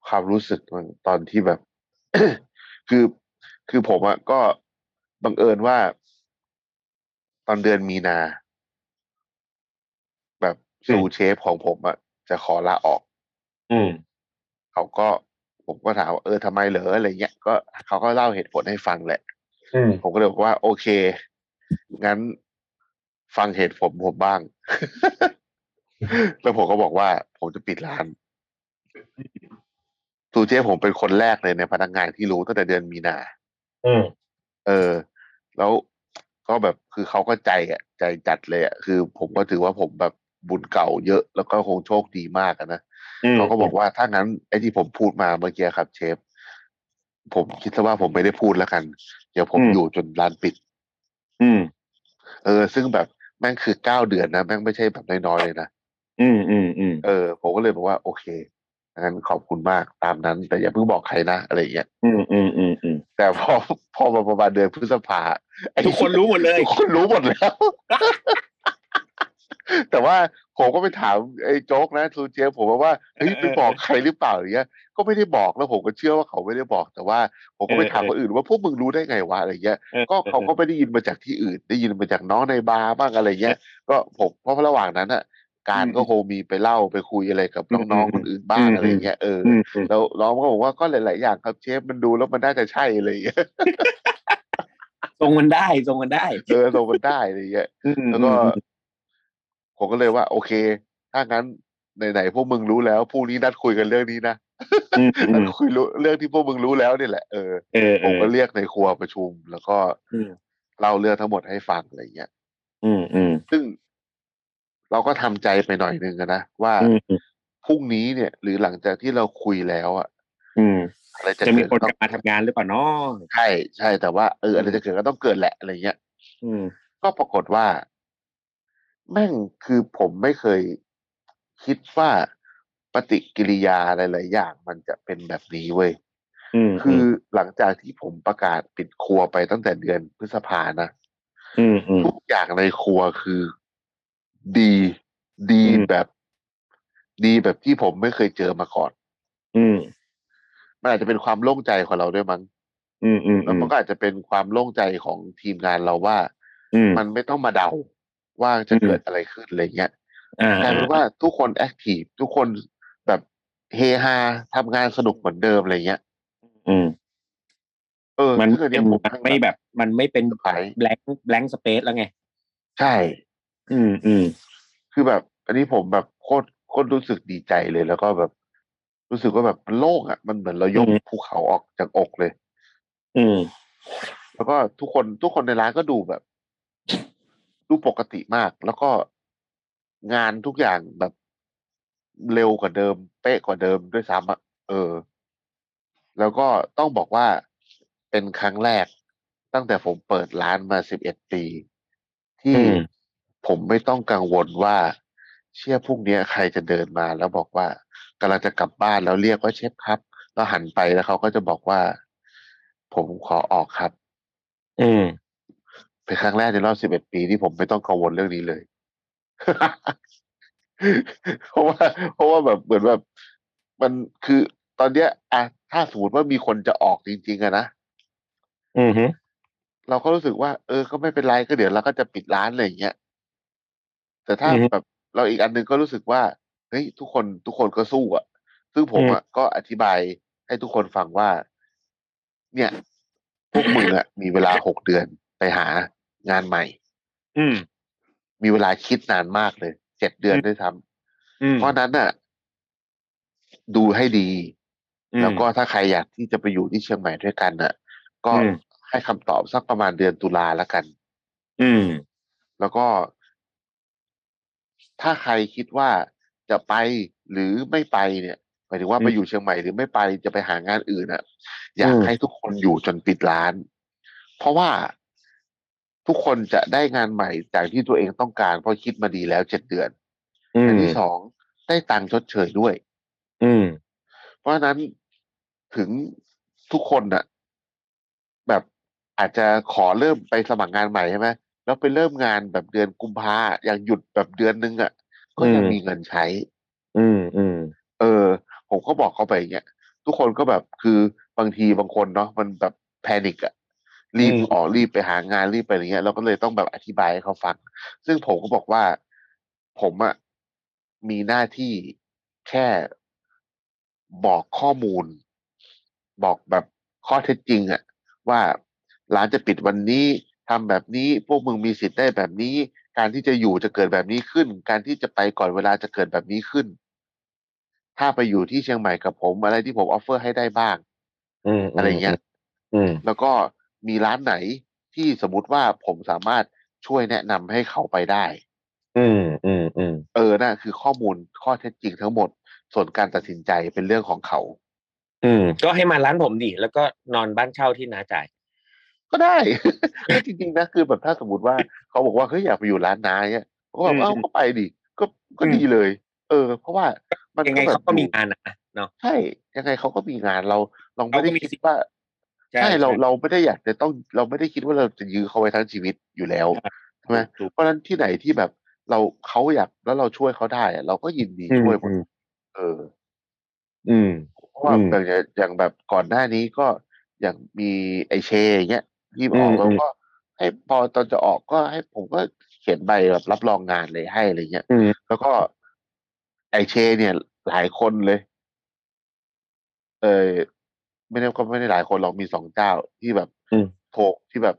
[SPEAKER 4] ความรู้สึกมันตอนที่แบบ (coughs) คือคือผมอะก็บังเอิญว่า ตอนเดือนมีนา แบบ
[SPEAKER 5] อืม
[SPEAKER 4] ซูเชฟของผมอะจะขอลาออก
[SPEAKER 5] อืม
[SPEAKER 4] เขาก็ผมก็ถามว่าเออทำไมเหรออะไรเงี้ยก็เขาก็เล่าเหตุผลให้ฟังแหละ
[SPEAKER 5] อืม
[SPEAKER 4] ผมก็เลยบอกว่า โอเค งั้นฟังเหตุผลผมบ้าง (laughs) แล้วผมก็บอกว่าผมจะปิดร้านตูเจ้ผมเป็นคนแรกเลยในพนักงานที่รู้ตั้งแต่เดือนมีนา
[SPEAKER 5] อืม
[SPEAKER 4] เออ แล้วก็แบบคือเขาก็ใจอ่ะ ใจจัดเลยอ่ะคือ ผมก็ถือว่าผมแบบบุญเก่าเยอะ แล้วก็คงโชคดีมากอะนะ เขาก็บอกว่าถ้างั้นไอ้ที่ผมพูดมาเมื่อกี้ครับ เชฟ ผมคิดซะว่าผมไม่ได้พูดแล้วกัน เดี๋ยวผมอยู่จนร้านปิด
[SPEAKER 5] อืม
[SPEAKER 4] เออ ซึ่งแบบแม่งคือเก้าเดือนนะแม่งไม่ใช่แบบน้อยๆเลยนะ
[SPEAKER 5] อืมอืมอืม
[SPEAKER 4] เออผมก็เลยบอกว่า โอเคงั้นขอบคุณมากตามนั้น แต่อย่าเพิ่งบอกใครนะอะไรอย่างเงี้ย
[SPEAKER 5] อืมอืมอืมอืม
[SPEAKER 4] แต่พอพอมาประมาณเดือนพฤษภาไอ้
[SPEAKER 5] ทุกคนรู้หมดเลย
[SPEAKER 4] ทุกคนรู้หมด
[SPEAKER 5] (laughs)
[SPEAKER 4] แล้ว แต่ว่าผมก็ไปถามไอ้โจ๊กนะทูเจฟผมว่าว่าเฮ้ย
[SPEAKER 5] เออ
[SPEAKER 4] ไปบอกใครหรือเปล่าอย่างเงี้ย ก็ไม่ได้บอกแล้วผมก็เชื่อว่าเขาไม่ได้บอก แต่ว่าผมก็ไปถามคนอื่นว่าพวกมึงรู้ได้ไงวะอะไรเงี้ย ก็เขาก็ไม่ได้ยินมาจากที่อื่น ได้ยินมาจากน้องในบาร์บ้างอะไรเงี้ย ก็ผมเพราะระหว่างนั้นอ่ะ การ
[SPEAKER 5] อืม
[SPEAKER 4] ก็คงมีไปเล่าไปคุยอะไรกับน้องๆ
[SPEAKER 5] อืม
[SPEAKER 4] คนอื่นบ้าง
[SPEAKER 5] อืม
[SPEAKER 4] อะไรเงี้ยเอออ
[SPEAKER 5] อืมอืม
[SPEAKER 4] แล้วน้องก็บอกว่าก็หลาย ๆ อย่างครับเชฟมันดูแล้วมันน่าจะใช่อะไรเงี้ย
[SPEAKER 5] ทรงมันได้ทรงมันได้
[SPEAKER 4] เออตรงมันได้อะไรเงี้ย
[SPEAKER 5] อืม
[SPEAKER 4] แล้วก็ ผมก็เลยว่า โอเค ถ้างั้นไหนๆพวกมึงรู้แล้วพรุ่งนี้นัดคุยกันเรื่องนี้นะ
[SPEAKER 5] อืมอื
[SPEAKER 4] นัด
[SPEAKER 5] ม
[SPEAKER 4] คุยรู้เรื่องที่พวกมึงรู้แล้วนี่แหละเออ
[SPEAKER 5] เออ
[SPEAKER 4] ผ
[SPEAKER 5] เอ
[SPEAKER 4] ม
[SPEAKER 5] อ
[SPEAKER 4] ก็เรียกในครัวประชุม แล้วก็
[SPEAKER 5] อืม
[SPEAKER 4] เล่าเรื่องทั้งหมดให้ฟังอะไรเงี้ย
[SPEAKER 5] อืมอืม
[SPEAKER 4] ซึ่งเราก็ทำใจไปหน่อยหนึงอะนะ ว่า
[SPEAKER 5] อืม
[SPEAKER 4] พรุ่งนี้เนี่ย หรือหลังจากที่เราคุยแล้วอะ
[SPEAKER 5] อืม
[SPEAKER 4] อะไรจะ
[SPEAKER 5] จะมี
[SPEAKER 4] เกิด
[SPEAKER 5] คน
[SPEAKER 4] ก็
[SPEAKER 5] กลับมาทำงานหรือเปล่าเนาะ
[SPEAKER 4] ใช่ใช่แต่ว่าเอออะไรจะเกิดก็ต้องเกิดแหละอะไรเงี้ย
[SPEAKER 5] อืม
[SPEAKER 4] ก็ปรากฏว่า แม่งคือผมไม่เคยคิดว่าปฏิกิริยาหลายๆอย่างมันจะเป็นแบบนี้เว้ย
[SPEAKER 5] อืม
[SPEAKER 4] คือหลังจากที่ผมประกาศปิดครัวไปตั้งแต่เดือนพฤษภานะ
[SPEAKER 5] อืมอืม
[SPEAKER 4] ทุกอย่างในครัวคือดีดี
[SPEAKER 5] อืม
[SPEAKER 4] แบบ ดีแบบที่ผมไม่เคยเจอมาก่อน
[SPEAKER 5] อืม
[SPEAKER 4] มันอาจจะเป็นความโล่งใจของเราด้วยมั้ง
[SPEAKER 5] อืมอืม
[SPEAKER 4] แล้วมันก็อาจจะเป็นความโล่งใจของทีมงานเราว่า
[SPEAKER 5] อืม
[SPEAKER 4] มันไม่ต้องมาเดาว่าจะ
[SPEAKER 5] อืม
[SPEAKER 4] เกิดอะไรขึ้นอะไรเงี้ย
[SPEAKER 5] อ่าก
[SPEAKER 4] ลายเป็นว่าทุกคนแอคทีฟทุกคนแบบเฮฮาทำงานสนุกเหมือนเดิมอะไรเงี้ย
[SPEAKER 5] อืม
[SPEAKER 4] เออ
[SPEAKER 5] มัน
[SPEAKER 4] ซึ่งอัน
[SPEAKER 5] เป็
[SPEAKER 4] เนี้
[SPEAKER 5] น
[SPEAKER 4] ยผม
[SPEAKER 5] มันไม่แบบ มันไม่เป็น
[SPEAKER 4] เซอร์ไพรส์
[SPEAKER 5] แบงค์แบงค์สเปซแล้วไง
[SPEAKER 4] ใช่
[SPEAKER 5] อืมอืม
[SPEAKER 4] คือแบบ อันนี้ผมแบบโคตรโค ก็รู้สึกดีใจเลย แล้วก็แบบ รู้สึกว่าแบบมันโล่งอ่ะ มันเหมือนเรายก
[SPEAKER 5] อืม
[SPEAKER 4] ภูเขาออกจากอกเลย
[SPEAKER 5] อืม
[SPEAKER 4] แล้วก็ทุกคนทุกคนในร้านก็ดูแบบ (laughs) ดูปกติมาก แล้วก็งานทุกอย่างแบบเร็วกว่าเดิม เป๊ะกว่าเดิมด้วยซ้ำอะเออ แล้วก็ต้องบอกว่าเป็นครั้งแรก ตั้งแต่ผมเปิดร้านมาสิบเอ็ดปี ที่
[SPEAKER 5] อืม
[SPEAKER 4] ผมไม่ต้องกังวลว่า เชื่อพรุ่งนี้ใครจะเดินมาแล้วบอกว่ากำลังจะกลับบ้านแล้วเรียกว่าเชฟครับ แล้วหันไปแล้วเขาก็จะบอกว่า ผมขอออกครับ
[SPEAKER 5] อืม
[SPEAKER 4] เป็นครั้งแรกในรอบ 11 ปีที่ผมไม่ต้องกังวลเรื่องนี้เลย (laughs) เพราะว่า เพราะว่าแบบเหมือนแบบ มันคือตอนเนี้ยอะถ้าสมมติว่ามีคนจะออกจริง ๆอะนะ
[SPEAKER 5] อืมฮึ
[SPEAKER 4] เราก็รู้สึกว่า เออ ก็ไม่เป็นไรก็เดี๋ยวเราก็จะปิดร้านอะไรอย่างเงี้ย แต่ถ้าแบบเราอีกอันหนึ่งก็รู้สึกว่า เฮ้ยทุกคนทุกคนก็สู้อะซึ่งผมอะก็อธิบายให้ทุกคนฟังว่า เนี่ย พวกมึงอะมีเวลาหกเดือนไปหางานใหม่
[SPEAKER 5] อืม
[SPEAKER 4] มีเวลาคิดนานมากเลย เจ็ดเดือน
[SPEAKER 5] อืม
[SPEAKER 4] ด้วยซ้
[SPEAKER 5] อื
[SPEAKER 4] ำ
[SPEAKER 5] ม
[SPEAKER 4] เพราะฉะนั้นน่ะ ดูให้ดี
[SPEAKER 5] อืม
[SPEAKER 4] แล้วก็ถ้าใครอยากที่จะไปอยู่ที่เชียงใหม่ด้วยกันน่ะ ก็
[SPEAKER 5] อืม
[SPEAKER 4] ให้คำตอบสักประมาณเดือนตุลาแล้วกัน
[SPEAKER 5] อืม
[SPEAKER 4] แล้วก็ ถ้าใครคิดว่าจะไปหรือไม่ไปเนี่ยหมายถึงว่า
[SPEAKER 5] อืม
[SPEAKER 4] ไปอยู่เชียงใหม่หรือไม่ไปจะไปหางานอื่นอ่ะ อยาก
[SPEAKER 5] อืม
[SPEAKER 4] ให้ทุกคนอยู่จนปิดร้าน เพราะว่าทุกคนจะได้งานใหม่จากที่ตัวเองต้องการเพราะคิดมาดีแล้วเจ็ดเดือน
[SPEAKER 5] อื
[SPEAKER 4] อัน
[SPEAKER 5] ม
[SPEAKER 4] ที่สองได้ตังค์ชดเชยด้วย
[SPEAKER 5] อืม
[SPEAKER 4] เพราะฉะนั้นถึงทุกคนน่ะ แบบอาจจะขอเริ่มไปสมัครงานใหม่ใช่ไหมแล้วไปเริ่มงานแบบเดือนกุมภาอย่างหยุดแบบเดือนนึงอ่ะ ก็ยัง
[SPEAKER 5] อืม
[SPEAKER 4] มีเงินใช้
[SPEAKER 5] อืมอืม
[SPEAKER 4] เออ ผมก็บอกเขาไปอย่างเงี้ยทุกคนก็แบบคือบางทีบางคนเนาะมันแบบแพนิคอะรีบ
[SPEAKER 5] อืม
[SPEAKER 4] ออกรีบไปหางานรีบไปอะไรเงี้ยเราก็เลยต้องแบบอธิบายให้เขาฟัง ซึ่งผมก็บอกว่า ผมอะมีหน้าที่แค่บอกข้อมูล บอกแบบข้อเท็จจริงอะว่าร้านจะปิดวันนี้ทำแบบนี้พวกมึงมีสิทธิ์ได้แบบนี้ การที่จะอยู่จะเกิดแบบนี้ขึ้น การที่จะไปก่อนเวลาจะเกิดแบบนี้ขึ้น ถ้าไปอยู่ที่เชียงใหม่กับผมอะไรที่ผมออฟเฟอร์ให้ได้บ้าง
[SPEAKER 5] อืม
[SPEAKER 4] อะไรเงี้ย
[SPEAKER 5] อืม
[SPEAKER 4] แล้วก็มีร้านไหนที่สมมติว่าผมสามารถช่วยแนะนำให้เขาไปได้
[SPEAKER 5] อืมอืมอืม
[SPEAKER 4] เออน่ะคือข้อมูลข้อเท็จจริงทั้งหมด ส่วนการตัดสินใจเป็นเรื่องของเขา
[SPEAKER 5] อืม ก็ให้มาร้านผมดิแล้วก็นอนบ้านเช่าที่น้าจ่าย
[SPEAKER 4] ก็ได้ (laughs) ก็จริงๆนะคือแบบถ้าสมมติว่าเขาบอกว่าเฮ้ยอยากไปอยู่ร้านนาเนี่ยผมก็แบ
[SPEAKER 5] อื
[SPEAKER 4] บ
[SPEAKER 5] ม
[SPEAKER 4] เอ้าก็ไปดิก็ก็
[SPEAKER 5] อืม
[SPEAKER 4] ดีเลย เออ เพราะว่ามัน
[SPEAKER 5] ยังไง
[SPEAKER 4] ก็แบบ
[SPEAKER 5] เขาก็
[SPEAKER 4] อ
[SPEAKER 5] มี
[SPEAKER 4] ยู่
[SPEAKER 5] งานนะเนาะ
[SPEAKER 4] ใช่ยังไงเขาก็มีงานเราเราไม่ได้
[SPEAKER 5] เขาก็มี
[SPEAKER 4] คิด
[SPEAKER 5] สิทธิ์
[SPEAKER 4] ว่า
[SPEAKER 5] ใช่
[SPEAKER 4] ใช่เรา
[SPEAKER 5] ใช่
[SPEAKER 4] เราไม่ได้อยากจะต้อง เราไม่ได้คิดว่าเราจะยื้อเขาไว้ทั้งชีวิตอยู่แล้วใช่ไหม
[SPEAKER 5] ถูก
[SPEAKER 4] เพราะฉะนั้นที่ไหนที่แบบเราเขาอยากแล้วเราช่วยเขาได้อะเราก็ยินดี
[SPEAKER 5] อืม
[SPEAKER 4] ช่วยหมด
[SPEAKER 5] อืม
[SPEAKER 4] เออ
[SPEAKER 5] อืม
[SPEAKER 4] เพราะว่า
[SPEAKER 5] อืม
[SPEAKER 4] อย่างอย่างอย่างแบบก่อนหน้านี้ก็อย่างมีไอเชอย่างเงี้ยที่ออก
[SPEAKER 5] อืม
[SPEAKER 4] แล้ว
[SPEAKER 5] อืม
[SPEAKER 4] ก็ ให้พอตอนจะออกก็ให้ผมก็เขียนใบแบบรับรองงานเลยให้อะไรเงี้ย
[SPEAKER 5] อืม
[SPEAKER 4] แล้วก็ไอเช เนี่ย หลายคนเลย เออไม่ได้ก็ไม่ได้หลายคนหรอกมีสองเจ้าที่แบบ
[SPEAKER 5] อืม
[SPEAKER 4] โทรที่แบบ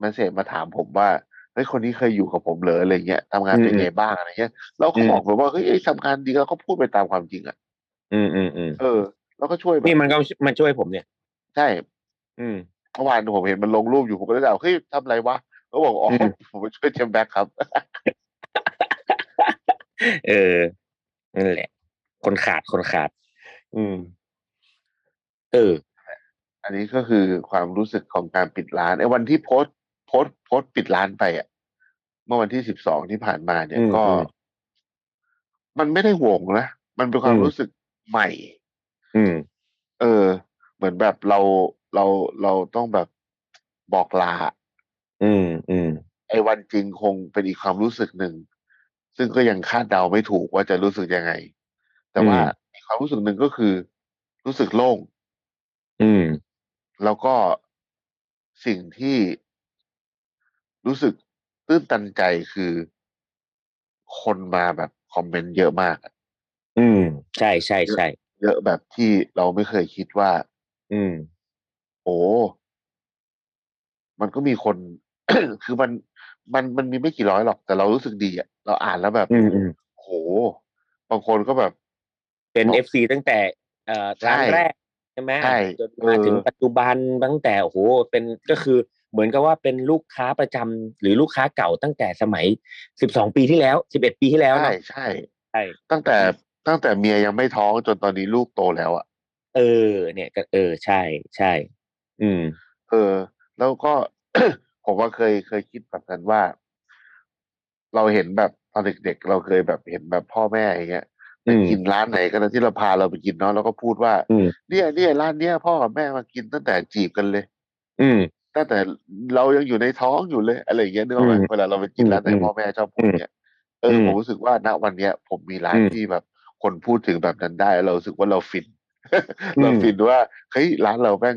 [SPEAKER 4] มาเสจมาถามผมว่าเฮ้ยคนนี้เคยอยู่กับผมเหรออะไรเงี้ยทำงานเป็น
[SPEAKER 5] อืม
[SPEAKER 4] ไงบ้างอะไรเงี้ยเราก็
[SPEAKER 5] อืม
[SPEAKER 4] บอกแบบว่าเฮ้ยไอ้ทำงานดีแล้วก็พูดไปตามความจริงอ่ะ
[SPEAKER 5] อืมอืมอืม
[SPEAKER 4] เออแล้วก็ช่วยแบ
[SPEAKER 5] นี่
[SPEAKER 4] บ
[SPEAKER 5] มันก็มาช่วยผมเนี่ย
[SPEAKER 4] ใช่
[SPEAKER 5] อืม
[SPEAKER 4] เมื่อวานผมเห็นมันลงรูปอยู่ผมก็เลยถามเฮ้ยทำอะไรวะเขาบอกอ๋อ
[SPEAKER 5] อืม
[SPEAKER 4] ผมมาช่วยเทมแบ็กครับ
[SPEAKER 5] เออนั่นแหละ คนขาดคนขาด อืม เออ
[SPEAKER 4] อันนี้ก็คือความรู้สึกของการปิดร้านไอ้วันที่โพสต์โพสต์โพสต์ปิดร้านไปอ่ะ เมื่อวันที่สิบสองที่ผ่านมาเนี่ย
[SPEAKER 5] อืม
[SPEAKER 4] ก็
[SPEAKER 5] อืม
[SPEAKER 4] มันไม่ได้โหวงนะมันเป็นความ
[SPEAKER 5] อืม
[SPEAKER 4] รู้สึกใหม่
[SPEAKER 5] อืม
[SPEAKER 4] เออ เหมือนแบบเราเราเราต้องแบบบอกลา
[SPEAKER 5] อืมอืม
[SPEAKER 4] ไอ้วันจริงคงเป็นอีกความรู้สึกหนึ่ง ซึ่งก็ยังคาดเดาไม่ถูกว่าจะรู้สึกยังไง แต่ว่า
[SPEAKER 5] อืม
[SPEAKER 4] อีกความรู้สึกหนึ่งก็คือ รู้สึกโล่ง
[SPEAKER 5] อืม
[SPEAKER 4] แล้วก็สิ่งที่รู้สึกตื้นตันใจคือ คนมาแบบคอมเมนต์เยอะมากอะ
[SPEAKER 5] อืม ใช่ใช่ใช่
[SPEAKER 4] เยอะแบบที่เราไม่เคยคิดว่า
[SPEAKER 5] อืม
[SPEAKER 4] โอ้ มันก็มีคน (coughs) คือมันมันมันมีไม่กี่ร้อยหรอก แต่เรารู้สึกดีอะเราอ่านแล้วแบบ
[SPEAKER 5] อืมอืม
[SPEAKER 4] โห บางคนก็แบบ
[SPEAKER 5] เป็น
[SPEAKER 4] บอก
[SPEAKER 5] เอฟซีตั้งแต่เอ่อ
[SPEAKER 4] ใช่
[SPEAKER 5] ร้านแรกใช่ไหม
[SPEAKER 4] ใช่
[SPEAKER 5] จนมา
[SPEAKER 4] เออ
[SPEAKER 5] ถึงปัจจุบันตั้งแต่โอ้โหเป็นก็คือเหมือนกับว่าเป็นลูกค้าประจำหรือลูกค้าเก่าตั้งแต่สมัยสิบสองปีที่แล้วสิบเอ็ดปีที่แล้ว
[SPEAKER 4] ใช่
[SPEAKER 5] เนาะ
[SPEAKER 4] ใช่
[SPEAKER 5] ใช่
[SPEAKER 4] ตั้งแต่ตั้งแต่เมียยังไม่ท้องจนตอนนี้ลูกโตแล้วอะ
[SPEAKER 5] เออ เนี่ยก็เออใช่ใช่ อืม
[SPEAKER 4] เออแล้วก็ (coughs) ผมว่าเคยเคยคิดแบบนั้นว่า เราเห็นแบบตอนเด็กๆเราเคยแบบเห็นแบบพ่อแม่อย่างเงี้ยไป
[SPEAKER 5] อืม
[SPEAKER 4] กินร้านไหนก็แล้วที่เราพาเราไปกินเนาะเราก็พูดว่า
[SPEAKER 5] อืม
[SPEAKER 4] เนี่ยเนี่ยร้านเนี้ยพ่อกับแม่มากินตั้งแต่จีบกันเลย
[SPEAKER 5] อืม
[SPEAKER 4] ตั้งแต่เรายังอยู่ในท้องอยู่เลยอะไรอย่างเงี้ยนึกออกไหม
[SPEAKER 5] อืม
[SPEAKER 4] เวลาเราไปกินร้านไหน
[SPEAKER 5] อืม
[SPEAKER 4] พ่อแม่ชอบพูดเนี่ยเอออ
[SPEAKER 5] ม
[SPEAKER 4] ผมรู้สึกว่าณวันเนี้ย ผมมีร้าน
[SPEAKER 5] อืม
[SPEAKER 4] ที่แบบคนพูดถึงแบบนั้นได้ เรารู้สึกว่าเราฟิน (laughs)
[SPEAKER 5] อืม
[SPEAKER 4] เราฟินว่าเฮ้ยร้านเราแม่ง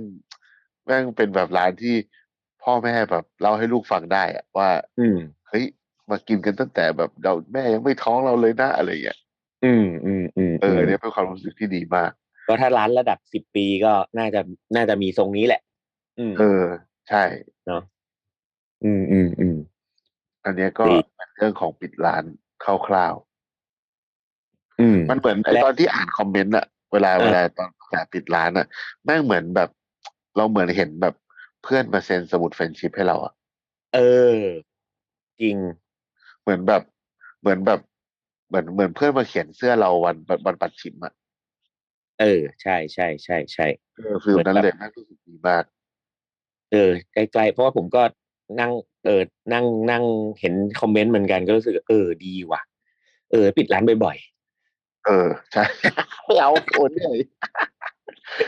[SPEAKER 4] แม่งเป็นแบบร้านที่พ่อแม่แบบเล่าให้ลูกฟังได้อะว่า
[SPEAKER 5] อืม
[SPEAKER 4] เฮ้ยมากินกันตั้งแต่แบบเราแม่ยังไม่ท้องเราเลยนะอะไรอย่างเงี้ย
[SPEAKER 5] อืมอืมอืม
[SPEAKER 4] เออเนี่ยเป็นความรู้สึกที่ดีมาก
[SPEAKER 5] ก็ถ้าร้านระดับสิบปีก็น่าจะน่าจะมีทรงนี้แหละ อืม
[SPEAKER 4] เออ ใช่
[SPEAKER 5] อืมอืมอืม
[SPEAKER 4] อันเนี้ยก็
[SPEAKER 5] ดี
[SPEAKER 4] เป็นเรื่องของปิดร้านคร่าว
[SPEAKER 5] อืม
[SPEAKER 4] ๆมันเหมือนไอ
[SPEAKER 5] และ
[SPEAKER 4] ตอนที่อ่านคอมเมนต์อะเวลา
[SPEAKER 5] เออ
[SPEAKER 4] เวลาตอนประกาศปิดร้านอะแม่งเหมือนแบบ เราเหมือนเห็นแบบเพื่อนมาเซ็นสมุดเฟรนชิพให้เราอะ
[SPEAKER 5] เออ จริง
[SPEAKER 4] เหมือนแบบเหมือนแบบเหมือนเหมือนเพื่อนมาเขียนเสื้อเราวันวันวันปัดชิมอะ
[SPEAKER 5] เออ ใช่ใช่ใช่ใช่
[SPEAKER 4] เออฟิลนั้น
[SPEAKER 5] เหมื
[SPEAKER 4] เลย
[SPEAKER 5] อนแบบ
[SPEAKER 4] แม่งรู้สึกดีมาก
[SPEAKER 5] เออไกลๆเพราะว่าผมก็นั่ง เออนั่งนั่งเห็นคอมเมนต์เหมือนกันก็รู้สึกเออดีว่ะ เออ ปิดร้านบ่อย
[SPEAKER 4] เออ ใช่ (laughs) ไม่เอาโอนเลย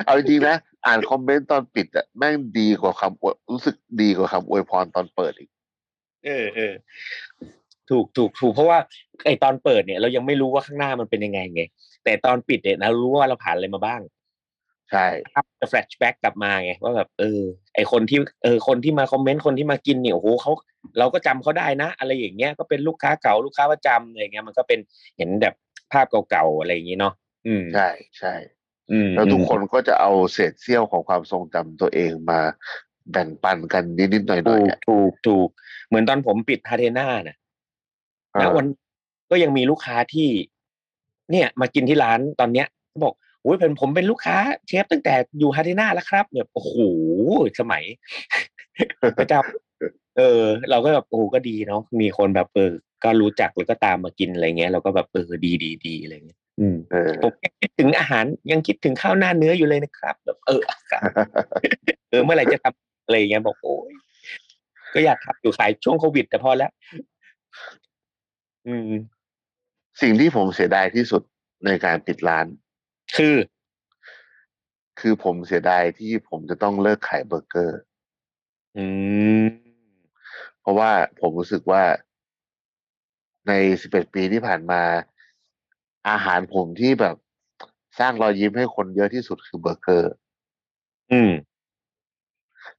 [SPEAKER 4] เอาจริงๆนะ อ่านคอมเมนต์ตอนปิดอะแม่งดีกว่าคำอวยรู้สึกดีกว่าคำอวยพรตอนเปิดอีก
[SPEAKER 5] ๆเออเออถูกถูกถูกเพราะว่าไอตอนเปิดเนี่ยเรายังไม่รู้ว่าข้างหน้ามันเป็นยังไงไง แต่ตอนปิดเนี่ยเรารู้ว่าเราผ่านอะไรมาบ้าง
[SPEAKER 4] ใช่
[SPEAKER 5] จะแฟลชแบ็กกลับมาไงว่าแบบเออ ไอคนที่เออคนที่มาคอมเมนต์คนที่มากินเนี่ยโอ้โหเขาเราก็จำเขาได้นะ อะไรอย่างเงี้ยก็เป็นลูกค้าเก่าลูกค้าประจำอะไรเงี้ยมันก็เป็นเห็นแบบภาพเก่าๆอะไรอย่างงี้เนาะอืม
[SPEAKER 4] ใช่ใช่
[SPEAKER 5] อืม
[SPEAKER 4] แล้วทุกคนก็จะเอาเศษเสี้ยวของความทรงจำตัวเองมาแบ่งปันกันนิดๆหน่
[SPEAKER 5] ถู
[SPEAKER 4] อย
[SPEAKER 5] ก
[SPEAKER 4] ๆอะ
[SPEAKER 5] ถูกถูกเหมือนตอนผมปิดทาเทน่าน่ะ
[SPEAKER 4] เอ
[SPEAKER 5] นะ
[SPEAKER 4] อ
[SPEAKER 5] วันก็ยังมีลูกค้าที่ เนี่ย มากินที่ร้านตอนเนี้ยเขาบอกโอ้ยเป็นผมเป็นลูกค้าเชฟตั้งแต่อยู่ฮาเทน่าแล้วครับแบบโอ้โหสมัย (laughs) พระเจ้า เออ เราก็แบบโอ้ก็ดีเนาะมีคนแบบเออ ก็รู้จักแล้วก็ตามมากินอะไรเงี้ยเราก็แบบเออดีดีดีอะไรเงี้ยอืม
[SPEAKER 4] เออ
[SPEAKER 5] ผมยังคิดถึงอาหารยังคิดถึงข้าวหน้าเนื้ออยู่เลยนะครับ แบบเออ (laughs) ครับเออเมื่อไหร่จะทำอะไรเงี้ยบอกโอ้ยก็อยากทำอยู่ขายช่วงโควิด แต่พอแล้ว อืม
[SPEAKER 4] สิ่งที่ผมเสียดายที่สุดในการปิดร้าน
[SPEAKER 5] คือ
[SPEAKER 4] คือผมเสียดายที่ผมจะต้องเลิกขายเบอร์เกอร์
[SPEAKER 5] อืม
[SPEAKER 4] เพราะว่าผมรู้สึกว่าใน 11 ปีที่ผ่านมา อาหารผมที่แบบสร้างรอยยิ้มให้คนเยอะที่สุดคือเบอร์เกอร์
[SPEAKER 5] อืม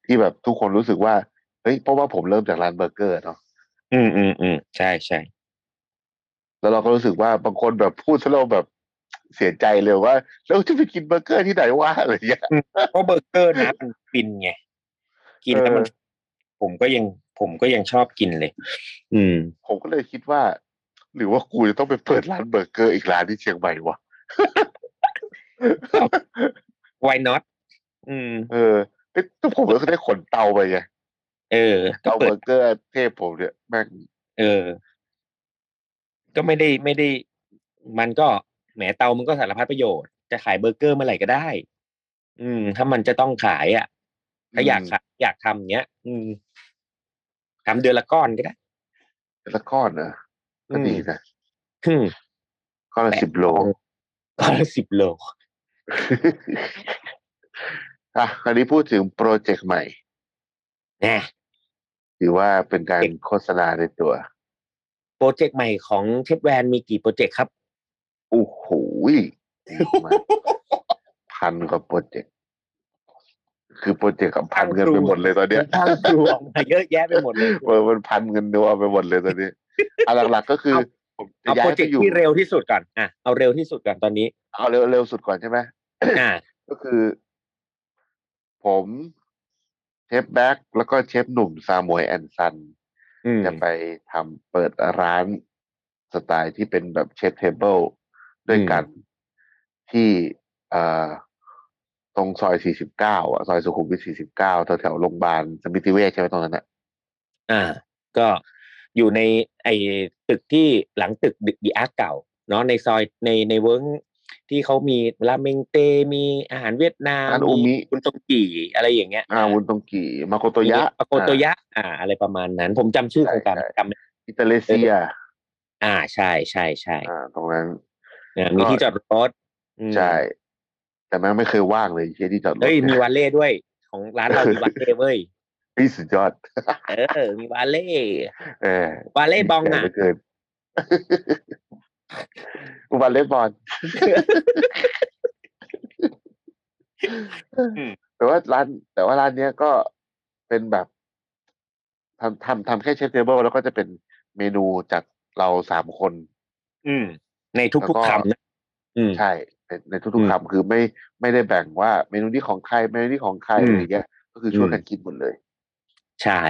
[SPEAKER 4] ที่แบบทุกคนรู้สึกว่าเฮ้ยเพราะว่าผมเริ่มจากร้านเบอร์เกอร์เนาะ
[SPEAKER 5] อืมอืมอืมใช่ใช่
[SPEAKER 4] แล้วเราก็รู้สึกว่าบางคนแบบพูดซะเราแบบเสียใจเลยว่าแล้วจะไปกินเบอร์เกอร์ที่ไหนวะ (laughs) อะไรอย่างเงี้ย
[SPEAKER 5] เพราะเบอร์เกอร์นะมันฟินไงกินแล้วมัน
[SPEAKER 4] เออ
[SPEAKER 5] ผมก็ยัง ผมก็ยังชอบกินเลย อืม
[SPEAKER 4] ผมก็เลยคิดว่า หรือว่ากูจะต้องไปเปิดร้านเบอร์เกอร์อีกร้านที่เชียงใหม่วะ
[SPEAKER 5] why not อืม
[SPEAKER 4] เออเอ๊ะแต่ผมก็ได้ขนเตาไปไง
[SPEAKER 5] เออ ก็
[SPEAKER 4] เอาเบ
[SPEAKER 5] เปิ
[SPEAKER 4] อ
[SPEAKER 5] ด
[SPEAKER 4] ร์เกอร์เทพผมเนี่ยแม่ง
[SPEAKER 5] เออ ก็ไม่ได้ไม่ได้ มันก็แหมเตามันก็สารพัดประโยชน์ จะขายเบอร์เกอร์เมื่อไหร่ก็ได้ อืม ถ้ามันจะต้องขายอ่ะ ถ้าอยากขายอยากทำเงี้ย อืมทำเดือนละก้อนก็ได้
[SPEAKER 4] ละก้อนนะก็ดีนะ
[SPEAKER 5] อืม (laughs)
[SPEAKER 4] ก้อนละ
[SPEAKER 5] แปด
[SPEAKER 4] สิบโล
[SPEAKER 5] ก้อนละสิบโล
[SPEAKER 4] อ่ะคราวนี้พูดถึงโปรเจกต์ใหม่
[SPEAKER 5] แน่
[SPEAKER 4] ถือว่าเป็นการโฆษณาในตัว
[SPEAKER 5] โปรเจกต์ใหม่ของเชฟแวนมีกี่โปรเจกต์ครับ
[SPEAKER 4] โอ้โหยมาพันกว่าโปรเจกต์คือโปรเจกต์กับพันกันไปหมดเลยตอนเนี้ย
[SPEAKER 5] (laughs) ตั้งกลุ่มออกมาเยอะแยะไปหมด
[SPEAKER 4] (laughs)
[SPEAKER 5] เลย
[SPEAKER 4] มันมันพันกันนัวไปหมดเลยตอนนี้อันหลักๆก็คือผ
[SPEAKER 5] เอา
[SPEAKER 4] มจะ
[SPEAKER 5] เอา
[SPEAKER 4] ย้า
[SPEAKER 5] โปร
[SPEAKER 4] ย
[SPEAKER 5] เจ
[SPEAKER 4] ไป
[SPEAKER 5] กต์
[SPEAKER 4] อยู่
[SPEAKER 5] ที่เร็วที่สุดก่อน อ่ะ เอาเร็วที่สุดก่อนตอนนี้
[SPEAKER 4] เอาเร็วเร็วสุดก่อนใช่ไหม
[SPEAKER 5] อ่า
[SPEAKER 4] ก็คือ ผมเชฟแบ็กแล้วก็เชฟหนุ่มซามวยแอนซัน
[SPEAKER 5] อืม
[SPEAKER 4] จะไปทำเปิดร้านสไตล์ที่เป็นแบบเชฟเทเบิล ด้วยกันที่เอ่อตรงซอย 49 อ่ะ ซอยสุขุมวิท 49 แถวแถวๆโรงพยาบาลสมิติเวชใช่ไหมตรงนั้นอ่ะ
[SPEAKER 5] อ่า ก็อยู่ในไอ้ตึกที่หลังตึกดีอาร์เก่า เนาะในซอยในในเวิร์กที่เขามีราเมงเตมีอาหารเวียดนาม
[SPEAKER 4] ร้านอูมิ
[SPEAKER 5] คุณตงกี่อะไรอย่างเงี้ย
[SPEAKER 4] อาวุนตรงกี่มาโกโตยะ
[SPEAKER 5] ปาโกโตยะ อ่า อะไรประมาณนั้น ผมจำชื่อโครงการ
[SPEAKER 4] ใช่ใช่
[SPEAKER 5] จำไม่
[SPEAKER 4] อิตาเลเซีย
[SPEAKER 5] อ่าใช่ใช่ใช่
[SPEAKER 4] อ่าตรงนั้น
[SPEAKER 5] เนี่ยมีที่จอดรถอืม
[SPEAKER 4] ใช่ แต่แม่งไม่เคยว่างเลยเชี่ยที่จอดรถ
[SPEAKER 5] เฮ้ยมี
[SPEAKER 4] นี่
[SPEAKER 5] วาเล่ด้วย ของร้านเรามีวาเล่เว้ย
[SPEAKER 4] เฮ้ยสุดยอด
[SPEAKER 5] เออ มีวา
[SPEAKER 4] (laughs)
[SPEAKER 5] เล่
[SPEAKER 4] เออ
[SPEAKER 5] วาเล่บอง
[SPEAKER 4] ดีใจ
[SPEAKER 5] อ่ะ
[SPEAKER 4] เหลืเกิน กูบาเล่บอลแต่ว่าร้าน แต่ว่าร้านเนี้ยก็เป็นแบบทำทำทำแค่เชฟเทเบิลแล้วก็จะเป็นเมนูจากเราสามคน
[SPEAKER 5] อืม ในทุกๆคำนะอืม
[SPEAKER 4] ใช่ในในทุ
[SPEAKER 5] อื
[SPEAKER 4] ก
[SPEAKER 5] ม
[SPEAKER 4] ๆคำคือไม่ไม่ได้แบ่งว่าเมนูนี้ของใครเมนูนี้ของใคร
[SPEAKER 5] อืม
[SPEAKER 4] อะไรเงี้ยก็คือช่วย
[SPEAKER 5] อืม
[SPEAKER 4] กันคิดหมดเลย
[SPEAKER 5] ใช่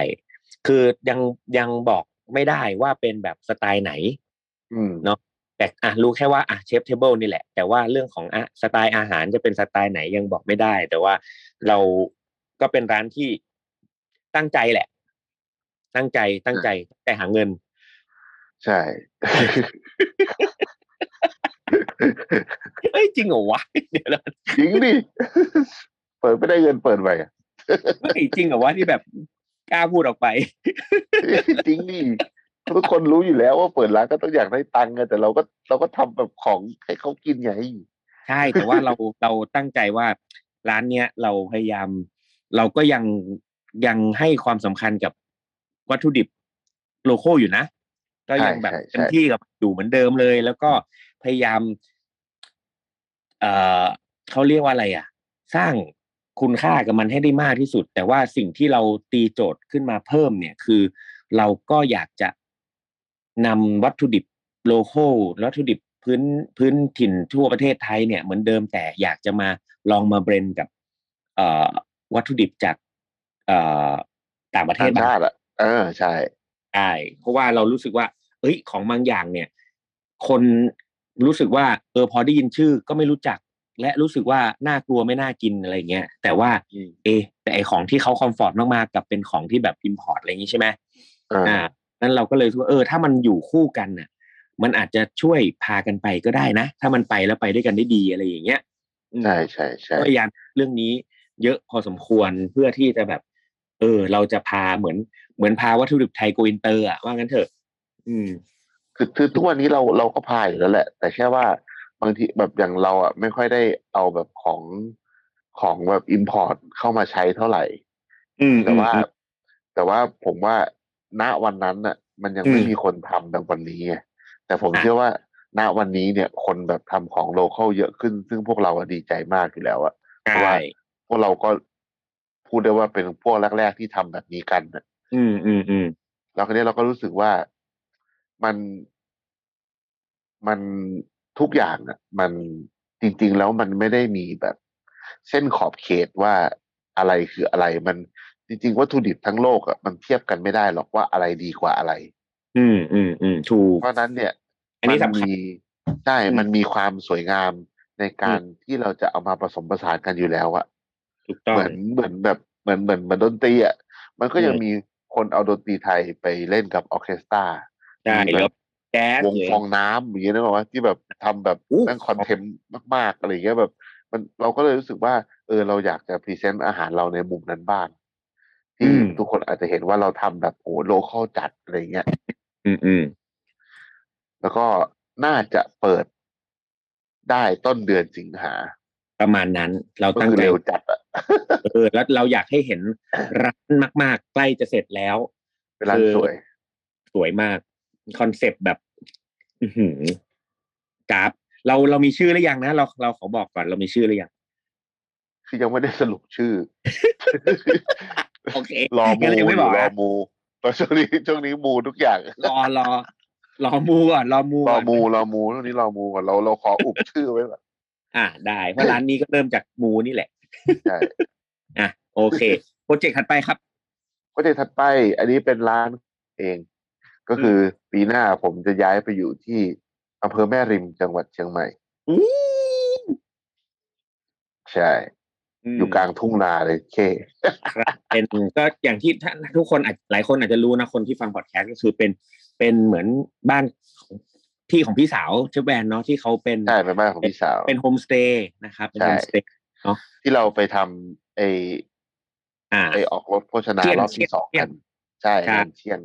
[SPEAKER 5] คือยังยังบอกไม่ได้ว่าเป็นแบบสไตล์ไหน
[SPEAKER 4] อืม
[SPEAKER 5] แต่อ่ะรู้แค่ว่าอ่ะเชฟเทเบิลนี่แหละ แต่ว่าเรื่องของอ่ะสไตล์อาหารจะเป็นสไตล์ไหนยังบอกไม่ได้ แต่ว่าเราก็เป็นร้านที่ตั้งใจแหละ ตั้งใจตั้งใจแต่หาเงิน
[SPEAKER 4] ใช่
[SPEAKER 5] เฮ้ยจริงเหรอวะ (laughs) เดี๋ยวนะ
[SPEAKER 4] จริงดิ (laughs) เปิดไม่ได้เงินเปิดไปอะ
[SPEAKER 5] เฮ้ยจริงเหรอวะที่แบบกล้าพูดออกไป
[SPEAKER 4] จริงดิทุกคนรู้อยู่แล้วว่าเปิดร้านก็ต้องอยากได้ตังค์ไงแต่เราก็เราก็ทำแบบของให้เขากินไง
[SPEAKER 5] ใช่แต่ว่าเรา (laughs) เราตั้งใจว่าร้านเนี้ยเราพยายาม เราก็ยังยังให้ความสำคัญกับวัตถุดิบโลโก้อยู่นะ ก็ยังแบบ
[SPEAKER 4] ใช่ใช่
[SPEAKER 5] เต็มที่กับอยู่เหมือนเดิมเลย แล้วก็พยายาม เอ่อเขาเรียกว่าอะไรอ่ะ สร้างคุณค่ากับมันให้ได้มากที่สุด แต่ว่าสิ่งที่เราตีโจทย์ขึ้นมาเพิ่มเนี่ยคือ เราก็อยากจะนำวัตถุดิบโลโก้วัตถุดิบพื้นพื้นถิ่นทั่วประเทศไทยเนี่ยเหมือนเดิมแต่อยากจะมาลองมาเบรนด์กับ เอ่อวัตถุดิบจาก เอ่อต่างประเท
[SPEAKER 4] ทา
[SPEAKER 5] ศ
[SPEAKER 4] ง
[SPEAKER 5] บ้าง
[SPEAKER 4] ชาติอ่ะเออใช่
[SPEAKER 5] ใช่เพราะว่าเรารู้สึกว่า เอ้ย ของบางอย่างเนี่ย คนรู้สึกว่า เออ พอได้ยินชื่อก็ไม่รู้จัก และรู้สึกว่าน่ากลัวไม่น่ากินอะไรเงี้ย แต่ว่า
[SPEAKER 4] อืม
[SPEAKER 5] เอะแต่ไอของที่เขาคอมฟอร์ตมากๆกับเป็นของที่แบบอิมพอร์ตอะไรอย่างนี้ใช่ไหม
[SPEAKER 4] เอออ
[SPEAKER 5] อ่านั้นเราก็เลยคิดว่าเออ ถ้ามันอยู่คู่กันน่ะ มันอาจจะช่วยพากันไปก็ได้นะ ถ้ามันไปแล้วไปด้วยกันได้ดีอะไรอย่างเงี้ยอืม
[SPEAKER 4] ใช่ใช่ใช่
[SPEAKER 5] ก็พยายามเรื่องนี้เยอะพอสมควรเพื่อที่จะแบบ เออ เราจะพาเหมือนเหมือนพาวัตถุดิบไทยโกอินเตอร์อะว่างั้นเถอะ อืม
[SPEAKER 4] คือคือทุกวันนี้เราเราก็พายอยู่แล้วแหละ แต่แค่ว่าบางทีแบบอย่างเราอ่ะไม่ค่อยได้เอาแบบของของแบบอิมพอร์ตเข้ามาใช้เท่าไหร่
[SPEAKER 5] อืม
[SPEAKER 4] แต่ว่า แต่ว่าผมว่าณวันนั้นน่ะ มันยังไม่
[SPEAKER 5] อืม
[SPEAKER 4] มีคนทำแบบวันนี้ไงแต่ผม
[SPEAKER 5] อ่ะ
[SPEAKER 4] เชื่อว่า ณวันนี้เนี่ย คนแบบทำของโลเคอลเยอะขึ้น ซึ่งพวกเราอะดีใจมากอยู่แล้วอะ
[SPEAKER 5] ใช่
[SPEAKER 4] พวกเราก็พูดได้ว่าเป็นพวกแรก ๆ ที่ทำแบบนี้กันน่ะ
[SPEAKER 5] อืมอืมอืม
[SPEAKER 4] แล้วคราวนี้เราก็รู้สึกว่ามันมันทุกอย่างอ่ะ มันจริง ๆ แล้วมันไม่ได้มีแบบ เส้นขอบเขตว่าอะไรคืออะไร มันจริง ๆ วัตถุดิบทั้งโลกอ่ะมันเทียบกันไม่ได้หรอกว่าอะไรดีกว่าอะไร
[SPEAKER 5] อืมอืมอืมถูก
[SPEAKER 4] เพราะฉะนั้นเนี่ย
[SPEAKER 5] อันนี้
[SPEAKER 4] มั
[SPEAKER 5] สำคัญ
[SPEAKER 4] มีใช่
[SPEAKER 5] อืม
[SPEAKER 4] มันมีความสวยงามในการที่เราจะเอามาผสมผสานกันอยู่แล้วอะ
[SPEAKER 5] ถูกต้อง
[SPEAKER 4] เหมือนเหมือนแบบเหมือนเหมือนเหมือนดนตรีอ่ะมันก็ยัง
[SPEAKER 5] อืม
[SPEAKER 4] มีคนเอาดนตรีไทยไปเล่นกับออร์เคสตรา
[SPEAKER 5] ใช่
[SPEAKER 4] มีแบบ
[SPEAKER 5] แล้วแก๊ส
[SPEAKER 4] วง
[SPEAKER 5] เลย
[SPEAKER 4] ฟองน้ำอย่างเงี้ยนึกออกไหมที่แบบทำแบบ
[SPEAKER 5] อู้
[SPEAKER 4] นั่งคอนเทมต์มาก ๆ อะไรอย่างเงี้ยแบบ มันเราก็เลยรู้สึกว่า เออเราอยากจะพรีเซนต์อาหารเราในมุมนั้นบ้างที่ทุกคนอาจจะเห็นว่าเราทำแบบโอ้โลคอลจัดอะไรอย่างเงี้ย
[SPEAKER 5] อืมอืม
[SPEAKER 4] แล้วก็น่าจะเปิดได้ต้นเดือนสิงหา
[SPEAKER 5] ประมาณนั้นเรา
[SPEAKER 4] ก็
[SPEAKER 5] ตั้ง
[SPEAKER 4] คือ
[SPEAKER 5] ใจ
[SPEAKER 4] เร็วจัดอะ
[SPEAKER 5] เออ แล้วเราอยากให้เห็นร้านมาก ๆ ใกล้จะเสร็จแล้ว
[SPEAKER 4] เป็นร้านสวย
[SPEAKER 5] สวยมากคอนเซปต์แบบ อือหือกราฟเราเรามีชื่อหรือยังนะ เราเราขอบอกก่อนเรามีชื่อหรือยัง
[SPEAKER 4] คือยังไม่ได้สรุป
[SPEAKER 5] (laughs)
[SPEAKER 4] ชื่อ
[SPEAKER 5] โอเค
[SPEAKER 4] รอมู
[SPEAKER 5] งั้น
[SPEAKER 4] อ
[SPEAKER 5] ยังไม่
[SPEAKER 4] ยู่
[SPEAKER 5] บอก
[SPEAKER 4] รอ
[SPEAKER 5] นะ
[SPEAKER 4] มูตอนช่ (laughs) วงนี้ช่วงนี้มูทุกอย่าง
[SPEAKER 5] รอรอรอมูก่อนรอมู
[SPEAKER 4] ร
[SPEAKER 5] ก่
[SPEAKER 4] อน มูรอมูช่วงนี้รอมูก่อนเราเราขออุบชื่อไว้ก่อน
[SPEAKER 5] อ่าได้เพราะร้านนี้ก็เริ่มจากมูนี่แหละ
[SPEAKER 4] ใช่
[SPEAKER 5] อ่ะโอเคโปรเจกต์ถัดไปครับ
[SPEAKER 4] ก็จะถัดไป อันนี้เป็นร้านเอง ก็คือปีหน้าผมจะย้ายไปอยู่ที่อำเภอแม่ริมจังหวัดเชียงใหม่ ใช่
[SPEAKER 5] ม
[SPEAKER 4] อยู่กลางทุ่งนาเลยเค
[SPEAKER 5] เป็นก็อย่างที่ท่านทุกคนอาจหลายคนอาจจะรู้นะคนที่ฟังพอดแคสต์ก็คือเป็นเป็นเหมือนบ้านของพี่ของพี่สาวเชฟแวนเนาะที่เขาเป็น
[SPEAKER 4] ใช่เป็นบ้านของพี่สาว
[SPEAKER 5] เป็นโฮมสเตย์นะครับ เป็น
[SPEAKER 4] ใช่
[SPEAKER 5] โฮมสเตย์
[SPEAKER 4] ที่เราไปทำไอ
[SPEAKER 5] อ่า
[SPEAKER 4] ไอออกรถโภชนา
[SPEAKER 5] เที่ยน
[SPEAKER 4] รอบที่สอง
[SPEAKER 5] เที่ย
[SPEAKER 4] กัน น ใช่
[SPEAKER 5] ครับ
[SPEAKER 4] เงินเที่ยน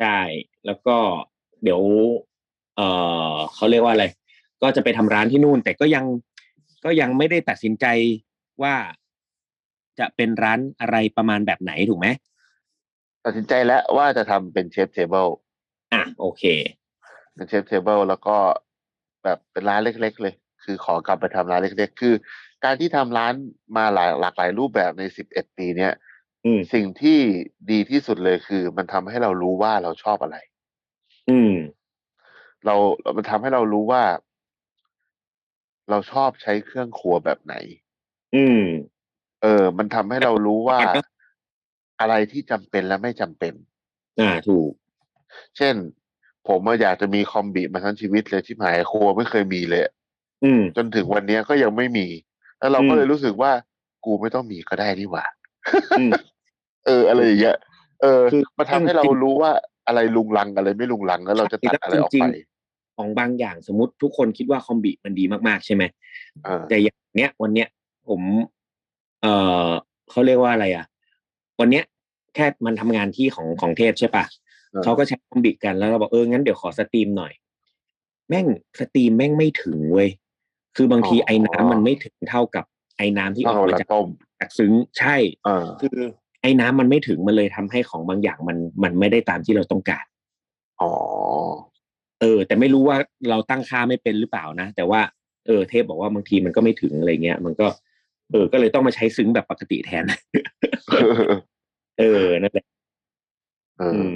[SPEAKER 5] ใช่แล้วก็เดี๋ยว เออเขาเรียกว่าอะไร ก็จะไปทำร้านที่นู่น แต่ก็ยังก็ยังไม่ได้ตัดสินใจว่าจะเป็นร้านอะไรประมาณแบบไหนถูกไหม
[SPEAKER 4] ตัดสินใจแล้วว่าจะทำเป็นเชฟเทเบิล
[SPEAKER 5] อ่ะโอเค
[SPEAKER 4] เป็นเชฟเทเบิลแล้วก็แบบเป็นร้านเล็ก ๆ เลย คือขอกลับไปทำร้านเล็ก ๆ คือ การที่ทำร้านมาหลายหลากหลายรูปแบบในสิบเอ็ดปีเนี้ย
[SPEAKER 5] อืม
[SPEAKER 4] สิ่งที่ดีที่สุดเลยคือ มันทำให้เรารู้ว่าเราชอบอะไร
[SPEAKER 5] อืม
[SPEAKER 4] เราเรามันทำให้เรารู้ว่า เราชอบใช้เครื่องครัวแบบไหน
[SPEAKER 5] อืม
[SPEAKER 4] เออ มันทำให้เรารู้ว่า
[SPEAKER 5] มันก็
[SPEAKER 4] อะไรที่จำเป็นและไม่จำเป็น
[SPEAKER 5] อ่าถูก
[SPEAKER 4] เช่น ผมอะอยากจะมีคอมบิมาทั้งชีวิตเลยที่หายครัวไม่เคยมีเลย
[SPEAKER 5] อืม
[SPEAKER 4] จนถึงวันเนี้ยก็ยังไม่มี แล้วเราก็
[SPEAKER 5] อืม
[SPEAKER 4] เลยรู้สึกว่ากูไม่ต้องมีก็ได้นี่หว่า
[SPEAKER 5] อื
[SPEAKER 4] (laughs)
[SPEAKER 5] ม
[SPEAKER 4] เออ อะไรอย่างเงี้ย เออ
[SPEAKER 5] คือ
[SPEAKER 4] มันทำให้เรา
[SPEAKER 5] จริงๆ
[SPEAKER 4] รู้ว่าอะไรลุงลังอะไรไม่ลุงลังแล้วเราจะตัดอะไรออก
[SPEAKER 5] จริ
[SPEAKER 4] ไป
[SPEAKER 5] งๆของบางอย่างสมมติทุกคนคิดว่าคอมบิมันดีมากๆใช่ไหม
[SPEAKER 4] เออ
[SPEAKER 5] แต่อย่างเนี้ยวันเนี้ยผม เออเขาเรียกว่าอะไรอ่ะ วันเนี้ยแค่มันทำงานที่ของของเทพใช่ปะ
[SPEAKER 4] เออ
[SPEAKER 5] เขาก็ใช้คอมบิกันแล้วเราบอกเอองั้นเดี๋ยวขอสตรีมหน่อย แม่งสตรีมแม่งไม่ถึงเว้ยคือบางทีไอ้น้ำมันไม่ถึงเท่ากับไอ้น้ำที่อ
[SPEAKER 4] ต้อ
[SPEAKER 5] อง ก
[SPEAKER 4] เอา
[SPEAKER 5] มา
[SPEAKER 4] ละ
[SPEAKER 5] จาก
[SPEAKER 4] ต้ม
[SPEAKER 5] จากซึ้งใช่
[SPEAKER 4] เออ
[SPEAKER 5] คือไอ้น้ำมันไม่ถึงมันเลยทำให้ของบางอย่างมันมันไม่ได้ตามที่เราต้องการ
[SPEAKER 4] อ๋อ (laughs)
[SPEAKER 5] เออ แต่ไม่รู้ว่าเราตั้งค่าไม่เป็นหรือเปล่านะ แต่ว่าเออเทพบอกว่าบางทีมันก็ไม่ถึงอะไรเงี้ย มันก็ เออ ก็เลยต้องมาใช้ซึ้งแบบปกติแทน เออนั่นแหละ
[SPEAKER 4] เอ
[SPEAKER 5] อื
[SPEAKER 4] อ
[SPEAKER 5] ม